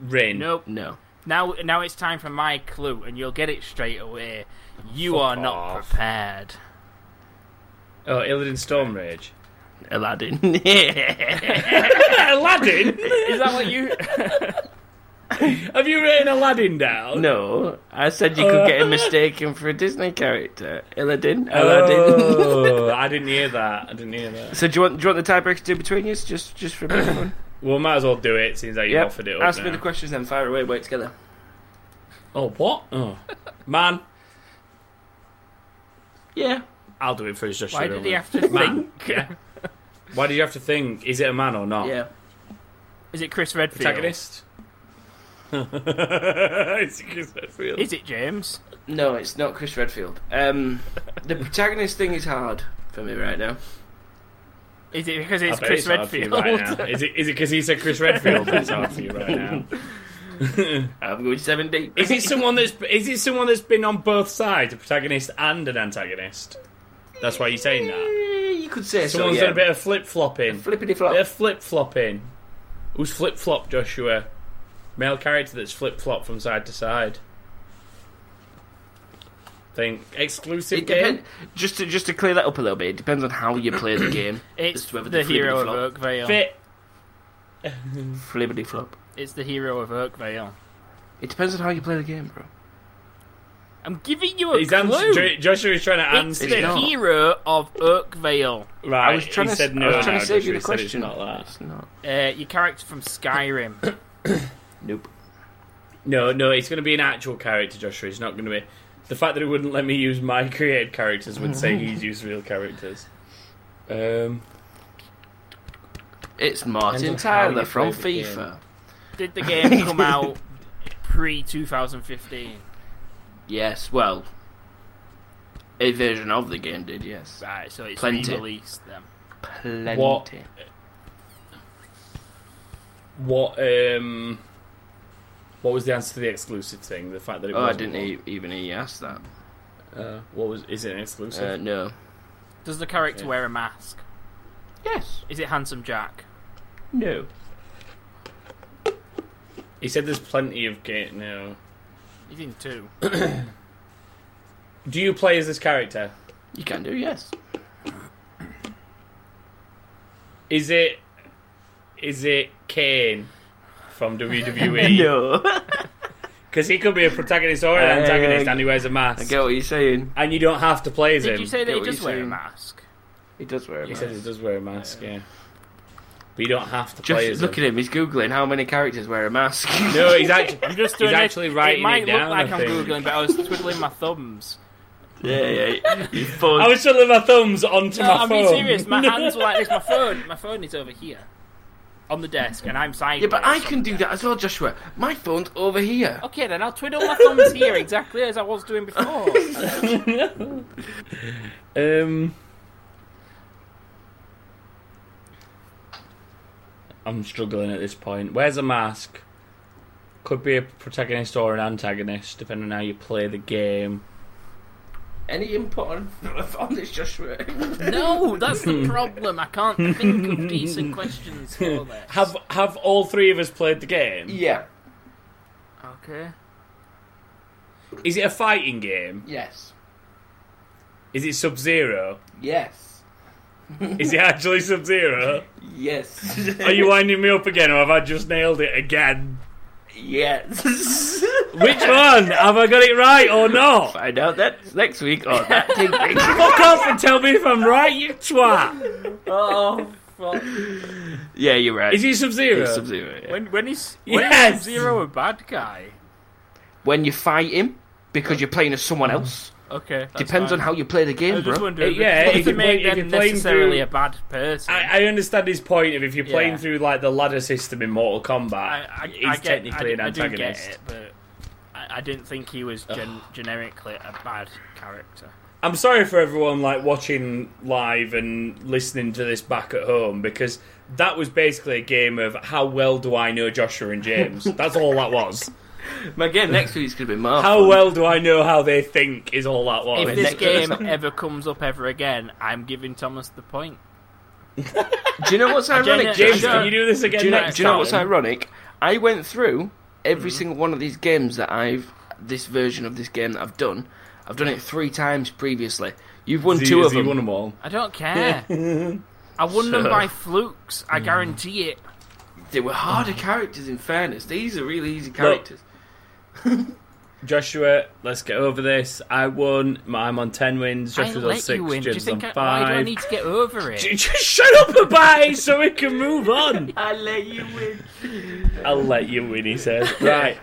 Rin. Nope. No. Now, now it's time for my clue, and you'll get it straight away. You Fuck are not off. prepared. Oh, Illidan Stormrage. Aladdin. Aladdin? Is that what you? Have you written Aladdin down? no, I said you could get him mistaken for a Disney character. Aladdin. Aladdin. Oh, I didn't hear that. I didn't hear that. so do you want do you want the tiebreaker to do between you? Just just for a bit of fun. Well, might as well do it since I Yep. offered it up Ask now. me the questions, then fire away. Wait together. Oh, what? Oh. Man, Yeah. I'll do it for his just Why shut did up. he have to Man. think? Yeah. Why did you have to think? Is it a man or not? Yeah. Is it Chris Redfield? Protagonist? It's Chris Redfield. Is it James? No, it's not Chris Redfield. Um, the protagonist thing is hard for me right now. Is it because I it's bet Chris hard for you Redfield? Right now. Is it is it because he said Chris Redfield? That's hard for you right now. I'm going seven deep. Is it someone that's is it someone that's been on both sides, a protagonist and an antagonist? That's why you're saying that. Eh, You could say Someone's so. done Yeah. a bit of flip flopping. Flippity bit flop. of flip flopping. Who's flip flop, Joshua? Male character that's flip flop from side to side. Think exclusive It game. depends. Just to just to clear that up a little bit, it depends on how you play the game. It's As to whether the they flippity hero of flop. Oakvale. Fit. Flippity flop. It's the hero of Oakvale. It depends on how you play the game, bro. I'm giving you a He's clue. ans- Jo- Joshua is trying to it's answer. the you. not. hero of Oakvale. Right. I was trying he to said I no. was trying now, to save you Joshua the said it's question. not that. It's not. Uh, your character from Skyrim. Nope. No, no, it's going to be an actual character, Joshua. It's not going to be. The fact that he wouldn't let me use my created characters would say he's used real characters. Um, It's Depends Martin on how you Tyler from play the FIFA. Did the game come out pre 2015? Yes. Well, a version of the game did. Yes. Right, so it's Plenty. re-released then. Plenty. What- what um, what was the answer to the exclusive thing? The fact that it Oh, I wasn't didn't one. e- even he asked that. Uh, what was? Is it an Uh, exclusive? no. Does the character Yeah. wear a mask? Yes. Is it Handsome Jack? No. he said there's plenty of game now. He's in two. Do you play as this character? You can do yes. Is it? Is it Kane from WWE? No. Because he could be a protagonist or an Uh, antagonist, and he wears a I mask. get what you're saying. And you don't have to play as him. Did you say that Get he what does you're wear a saying. mask? He does wear a He mask. says he does wear a mask, yeah. But you don't have to play as Just look him. at him. He's googling how many characters wear a mask. No, he's actually. I'm just He's doing it. actually writing it might it down, look like I I'm think. googling, but I was twiddling my thumbs. yeah, yeah. You I fuck. was twiddling my thumbs onto No, my I'm phone. being serious. My hands were like this. My phone, my phone is over here, on the desk, and I'm sideways. Yeah, but I can do that as well, Joshua. My phone's over here. Okay, then I'll twiddle my thumbs here exactly as I was doing before. Um, I'm struggling at this point. Where's a mask? Could be a protagonist or an antagonist, depending on how you play the game. Any input on, on this, Joshua? no, that's the problem. I can't think of decent questions for this. Have have all three of us played the game? yeah. okay. Is it a fighting game? Yes. Is it Sub Zero? Yes. Is it actually Sub Zero? Yes. Are you winding me up again, or have I just nailed it again? Yes. Which one? Have I got it right or not? Find out that next week on that thing. Fuck off and tell me if I'm right, you twat. Oh, fuck. yeah, you're right. Is it Sub Zero? Sub-Zero, yeah. when when is Yes! Zero a bad guy? When you fight him, because you're playing as someone else, Okay, that's depends fine. on how you play the I game, was just bro. wondering. Uh, yeah, if, if you you're playing- make if them you're playing necessarily through- a bad person. I, I understand his point of if you're playing Yeah. through like the ladder system in Mortal Kombat, I, I, he's I get, technically I, an I do get antagonist. it, but I, I didn't think he was gen- generically a bad character. I'm sorry for everyone like watching live and listening to this back at home because that was basically a game of how well do I know Joshua and James? That's all that was. My game next week's gonna be more. How fun. well do I know how they think is all that was. If this next to game ever comes up ever again, I'm giving Thomas the point. Do you know what's ironic, James- James, Joshua? can you do this again do you know, next do you know what's time? ironic? I went through every Mm-hmm. single one of these games that I've this version of this game that I've done. I've done it three times previously. You've won Has he- two has of he them. won them all. I don't care. I won them So- by flukes. Hmm. I guarantee it. They were Oh. harder characters, in fairness. These are really easy characters. Joshua, let's get over this. I won. I'm on ten wins. I Joshua's on let six. you win. Do you Jim's on think I, five. why do I need to get over it? Just shut up about it so we can move on. I let you win. I'll let you win, he says. Right.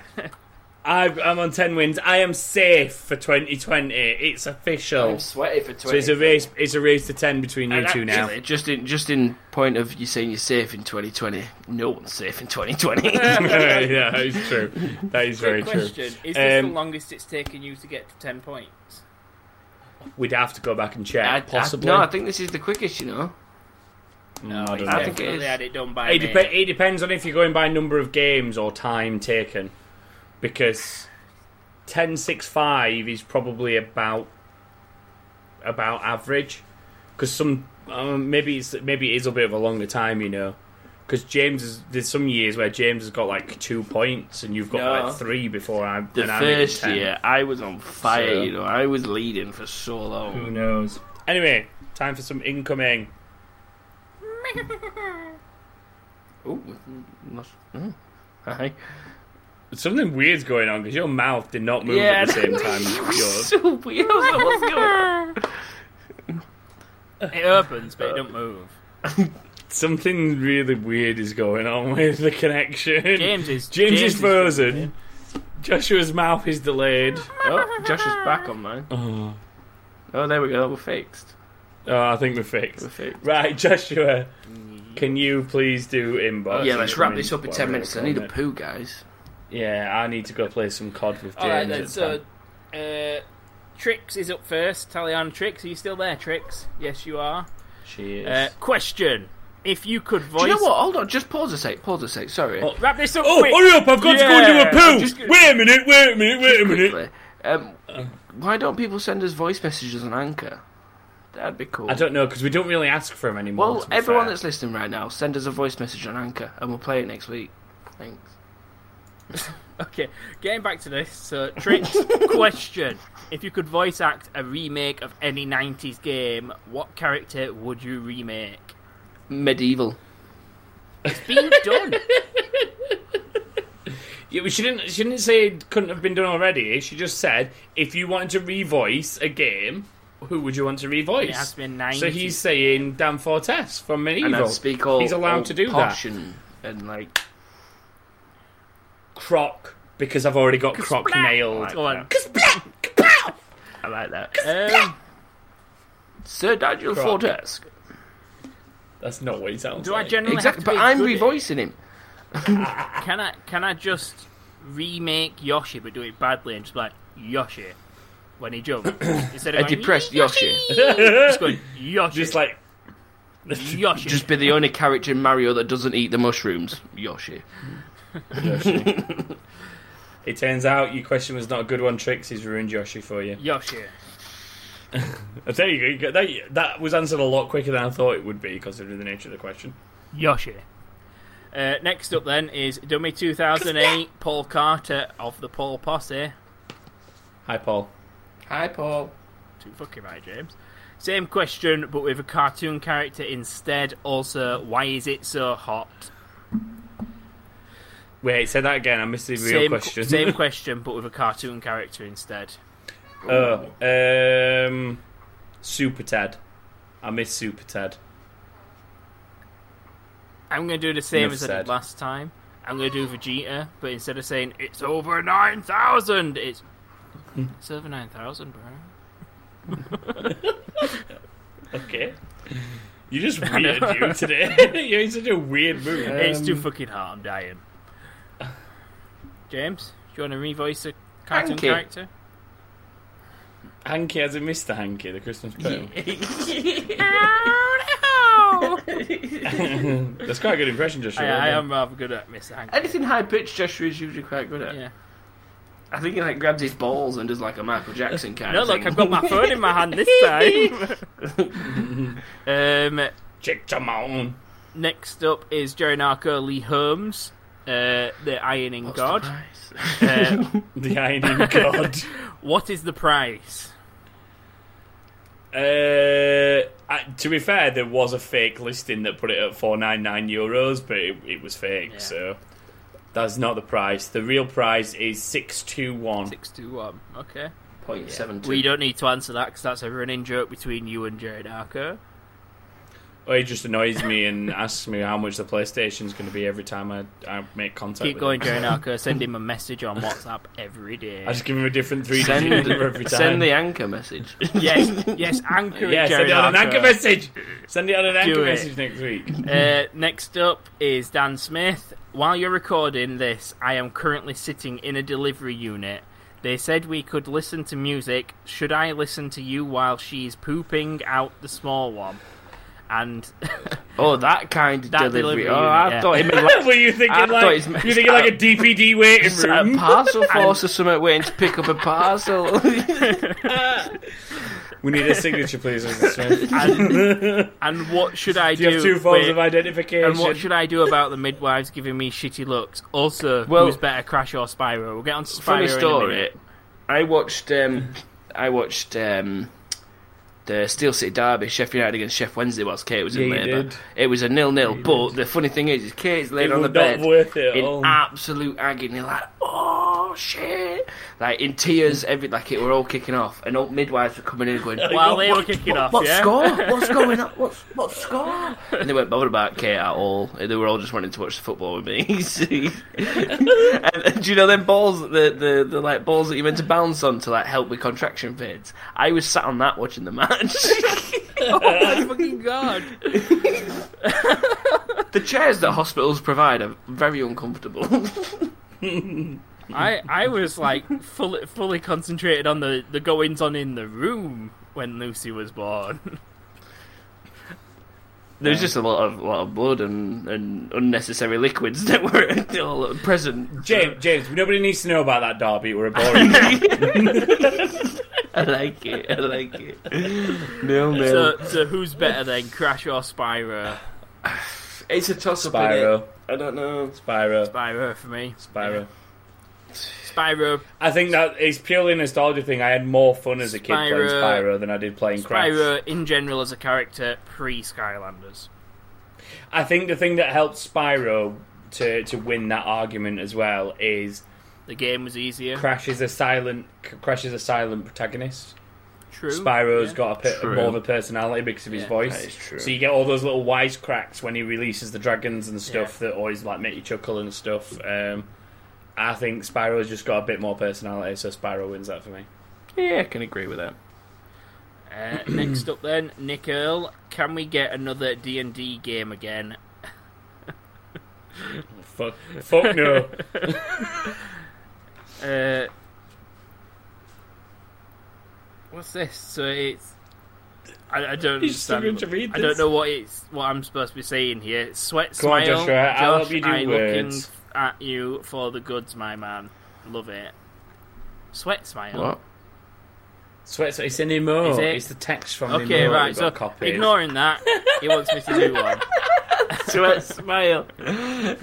I've, I'm on 10 wins. I am safe for 2020. It's official. I'm sweaty for 20. So it's a race It's a race to 10 between you And two now. actually, Just in, just in point of you saying you're safe in 2020, no one's safe in 2020. yeah, that is true. That is very Quick question: true. Is this Um, the longest it's taken you to get to ten points? We'd have to go back and check, I- I- possibly. no, I think this is the quickest, you know. Mm, I don't he's know. I think it definitely is. had it done by It, me. dep- it depends on if you're going by number of games or time taken, because ten six five is probably about about average. Because some um, maybe it's maybe it is a bit of a longer time, you know. Because James is there's some years where James has got like two points and you've got No. like three before I. The and I'm even first 10. year, I was on fire, So- you know. I was leading for so long. Who knows? Anyway, time for some incoming. Ooh, must- mm, hi. Something weird's going on because your mouth did not move Yeah, at the same I time as yours. so weird. What's going on? It opens, but it don't move. Something really weird is going on with the connection. James is James, James is frozen. Joshua's mouth is delayed. Oh, Josh is back on mine. Oh, Oh, there we go. We're fixed. I think we're We're fixed. fixed. Right, Joshua, can you please do inbox? yeah, let's incoming, wrap this up in whatever ten minutes. I we're need a calling poo, guys. it. Yeah, I need to go play some COD with James. All right then. at So, time. uh, Trix is up first. Tally on, Trix. Are you still there, Trix? Yes, you are. she is. Uh, question: If you could voice, Do you know what? Hold on. Just pause a sec. Pause a sec. Sorry. Oh, wrap this up oh, quick. hurry up! I've got to go Yeah, and do I'm a just poo. gonna- Wait a minute! Wait a minute! Wait a minute! Quickly. Um, why don't people send us voice messages on Anchor? That'd be cool. I don't know because we don't really ask for him anymore. well, to be everyone fair. that's listening right now, send us a voice message on Anchor, and we'll play it next week. Thanks. Okay, getting back to this. So, Trix, question: If you could voice act a remake of any '90s game, what character would you remake? Medieval. It's been done. Yeah, but she didn't. She didn't say it couldn't have been done already. She just said if you wanted to revoice a game, who would you want to revoice? It has to be a 90s. So he's saying Dan Fortes from And Medieval. I'd speak all. he's allowed all to do posh that. And, and like Croc, because I've already got Croc Splat! nailed. Go on. I like that. Um, Sir Daniel Croc. Fortes. That's not what he sounds do I like. generally have Exactly. to But be I'm good at- revoicing him. Can I can I just remake Yoshi but do it badly and just be like Yoshi when he jumps instead of A going, depressed Yoshi. just going Yoshi just like Yoshi Just be the only character in Mario that doesn't eat the mushrooms. Yoshi. it turns out your question was not a good one. Trixie's ruined Yoshi for you. Yoshi. I tell you, you got- that, that was answered a lot quicker than I thought it would be, considering the nature of the question. Yoshi. Uh, next up then is Dummy 2008 Paul Carter of the Paul Posse. Hi, Paul. Hi, Paul. Too fucking right, James. Same question, but with a cartoon character instead. Also, why is it so hot? Wait, say that again. I missed the real same, question. same question, but with a cartoon character instead. Oh, um, Super Ted. I miss Super Ted. I'm going to do the same Enough as I said. did last time. I'm going to do Vegeta, but instead of saying it's over 9,000, it's Hmm. it's over 9,000, bro. Okay. You're just weird, you today. You're in such a weird Um, mood. Um, it's too fucking hot. I'm dying. James, do you want to revoice a cartoon Anki. character? Hanky, as in Mr. Hanky, the Christmas poem. Oh no! That's quite a good impression, Joshua. I, well I done. am rather good at Mr. Hank. Anything high pitched, Joshua is usually quite good at. Yeah. I think he like grabs his balls and does like a Michael Jackson kind Uh, No, of look, thing. I've got my phone in my hand this time. um, Chick to moan. next up is Jerry Narco Lee Holmes, uh, the Ironing What's the God. price? Uh, The ironing god. what is the price? Uh, I, to be fair, there was a fake listing that put it at four nine nine euros, but it, it was fake, Yeah. so that's not the price. The real price is six two one. Six two one. Okay. Point seven two. We don't need to answer that because that's a running joke between you and Jared Arco. Well, he Oh, just annoys me and asks me how much the PlayStation's going to be every time I, I make contact. Keep with going, Him. Jared Arco. Send him a message on WhatsApp every day. I just give him a different three Send, digit number every time. send the anchor message. yes, yes, anchor yeah, send Jared it on an Arco. anchor message. Send it on an anchor it. message next week. Uh, next up is Dan Smith. While you're recording this, I am currently sitting in a delivery unit. They said we could listen to music. Should I listen to you while she's pooping out the small one? And Oh, that kind of That delivery. delivery Oh, unit, I yeah. thought it meant like Were you thinking I thought like it's meant- you thinking like a DPD waiting a room? parcel force or something waiting to pick up a parcel. We need a signature, please, Mr. Smith. And- and what should I Do you have two forms with- of identification? and what should I do about the midwives giving me shitty looks? Also, Well- who's better, Crash or Spyro? We'll get on to Spyro Funny in a story. minute. I watched. Um, I watched. Um, the Steel City Derby, Sheffield United against Chef Wednesday whilst Kate was in Yeah, you labour. did. It was a nil-nil, but the funny thing is, is Kate's it laying on was the not bed worth it at in all. absolute agony, like oh shit, like in tears, every like it were all kicking off, and all midwives were coming in going, "What- While they were what- kicking what- off, what yeah? score? What's going on? What's what score?" and they weren't bothered about Kate at all. They were all just wanting to watch the football with me. See? and, and do you know them balls, the, the the like balls that you're meant to bounce on to like help with contraction fades? I was sat on that watching the match. Oh my fucking god! the chairs that hospitals provide are very uncomfortable. I I was like fully fully concentrated on the the goings on in the room when Lucy was born. There was just a lot of lot of blood and, and unnecessary liquids that were all present. James, James, nobody needs to know about that derby. We're a boring. I like it. I like it. No, no. So so who's better then, Crash or Spyro? it's a toss up. Spyro, I don't know. Spyro, Spyro for me. Spyro. Spyro. I think that it's purely a nostalgia thing. I had more fun as a kid playing Spyro- Spyro than I did playing Crash. Spyro in general as a character pre Skylanders. I think the thing that helped Spyro to to win that argument as well is The game was easier. Crash is a silent Crash is a silent protagonist. True. Spyro's yeah. got a, pe- True. more of a personality because of his Yeah. voice. That is true. So you get all those little wisecracks when he releases the dragons and stuff that always like make you chuckle and stuff. Um, I think Spyro's just got a bit more personality, so Spyro wins that for me. Yeah, I can agree with that. Uh, next up then, Nick Earl. Can we get another D and D game again? Fuck, fuck no. Uh, what's this? So it's I, I don't He's understand. struggling to read I this. don't know what it's what I'm supposed to be saying here. Sweat Come on, smile. Joshua, I'll Josh, help you do I words. looking at you for the goods, my man. Love it. Sweat smile. What? So it's, it's an emo. Is it? It's the text from the Okay, emo. right. So copy. ignoring that, he wants me to do one. Sweat smile. It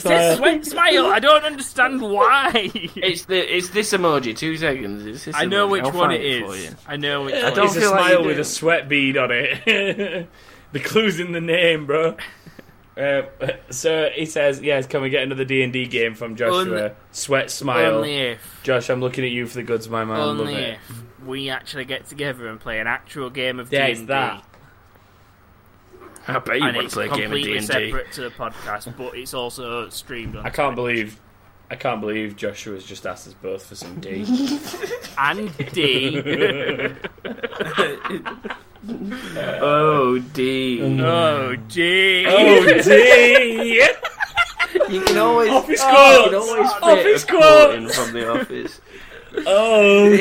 says sweat smile. I don't understand why. It's the it's this emoji. Two seconds. It's this I know emoji. which I'll one find it for is. you. I know which I one. don't it's a feel like smile you with do. a sweat bead on it. the clue's in the name, bro. Uh, so he says, "Yes, can we get another D and D game from Joshua? Only- sweat smile. Only if. Josh, I'm looking at you for the goods, my man. Love Only it. if we actually get together and play an actual game of Yeah, D&D. it's that. I bet you And want it's to play a game of completely D and D. separate to the podcast, but it's also streamed on I can't believe, I can't believe Joshua's just asked us both for some D. and D. Oh D. oh, G. oh D! You can always Oh, Office you can quotes. always fit Office a quote in quotes. from the office. Oh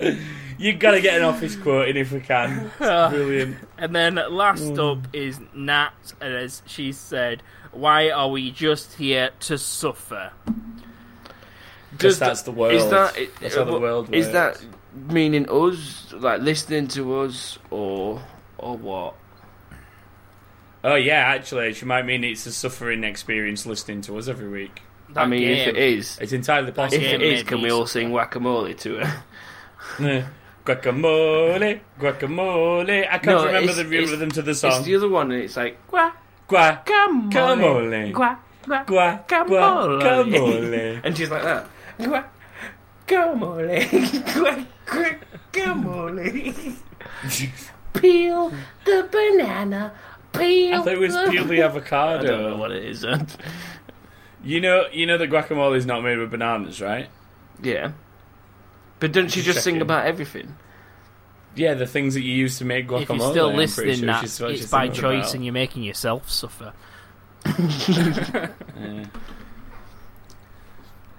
D! you gotta get an office quote in if we can. It's brilliant. And then last Mm. up is Nat, and as she said, why are we just here to suffer? Because that- that's the world. Is that it- that's how the what- world is works. that meaning us like listening to us or or what? Oh yeah, actually, she might mean it's a suffering experience listening to us every week. That I mean, if it game. is, It's entirely if possible. game it is, made can me we all sing whack a mole to it? Yeah. Guacamole, guacamole. I can't No, remember it's- the it's- rhythm to the song. It's the other one, and it's like guacamole, Guacamole. gua, gua, Gua- guacamole, guacamole. and she's like that, guacamole, gua, guacamole. Peel the banana. Peel. I thought it was the- purely I don't know avocado. what it is. You know, you know that guacamole is not made with bananas, right? yeah, but doesn't she just sing Checking. about everything? Yeah, the things that you use to make guacamole. If you're still I'm pretty listening, sure that she's- she's it's by singing choice, about. and you're making yourself suffer.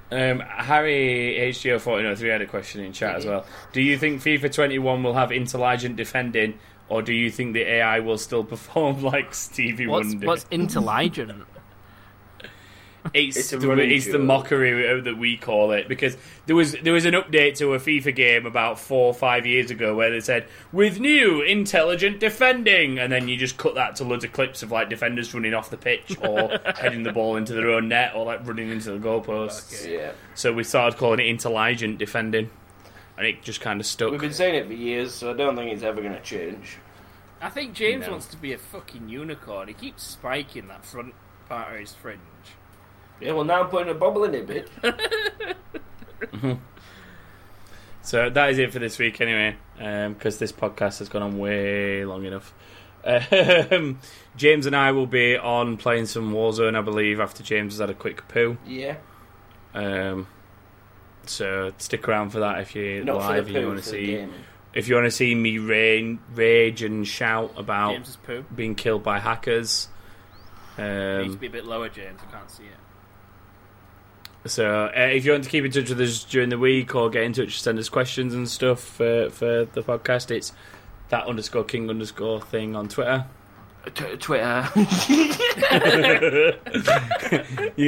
Um, Harry HGO fourteen oh three had a question in chat as well. Do you think FIFA twenty one will have intelligent defending, or do you think the AI will still perform like Stevie What's Wonder? what's intelligent? it's It's a the, running it's the joke. mockery that we call it because there was there was an update to a FIFA game about four or five years ago where they said with new intelligent defending, and then you just cut that to loads of clips of like defenders running off the pitch or heading the ball into their own net or like running into the goalposts. Yeah, So we started calling it intelligent defending, and it just kind of stuck. we've been saying it for years, so I don't think it's ever going to change. I think James No. wants to be a fucking unicorn. He keeps spiking that front part of his fringe. Yeah, well now I'm putting a bobble in it, bitch. So that is it for this week, anyway, because this podcast has gone on way long enough. Um, James and I will be on playing some Warzone, I believe, after James has had a quick poo. Yeah, Um, so stick around for that if you're not for live. and the you poo, want for to the see gaming. if you want to see me rain, rage and shout about James is poo. being killed by hackers. needs Um, to be a bit lower, James. I can't see it. So, uh, if you want to keep in touch with us during the week or get in touch, send us questions and stuff for, for the podcast, it's that underscore king underscore thing on Twitter. T- Twitter. You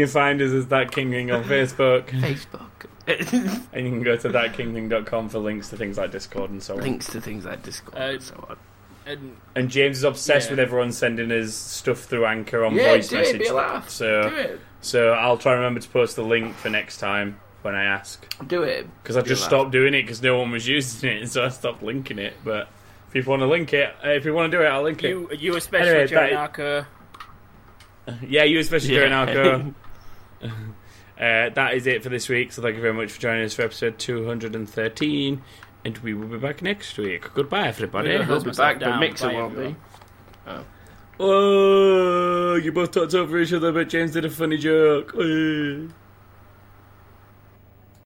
can find us as that king thing on Facebook, Facebook. and you can go to thatkingthing.com for links to things like Discord and so on. Links to things like Discord Uh, and so on. And And James is obsessed Yeah. with everyone sending us stuff through Anchor on Yeah, voice do it, message. be a laugh. So, Do it. so I'll try and remember to post the link for next time when I ask. Do it. Because I Be a just laugh. stopped doing it because no one was using it, so I stopped linking it. But if people want to link it, uh, if you want to do it, I'll link you, you especially, Anyway, Jerry that- Narco. it. Yeah, you especially during Yeah. our go. Uh, that is it for this week. So thank you very much for joining us for episode 213, and we will be back next week. Goodbye, everybody. Yeah, He'll hose be myself back, but down. Mixer Bye, won't be. everyone. Oh, you both talked over each other, but James did a funny joke. Uh.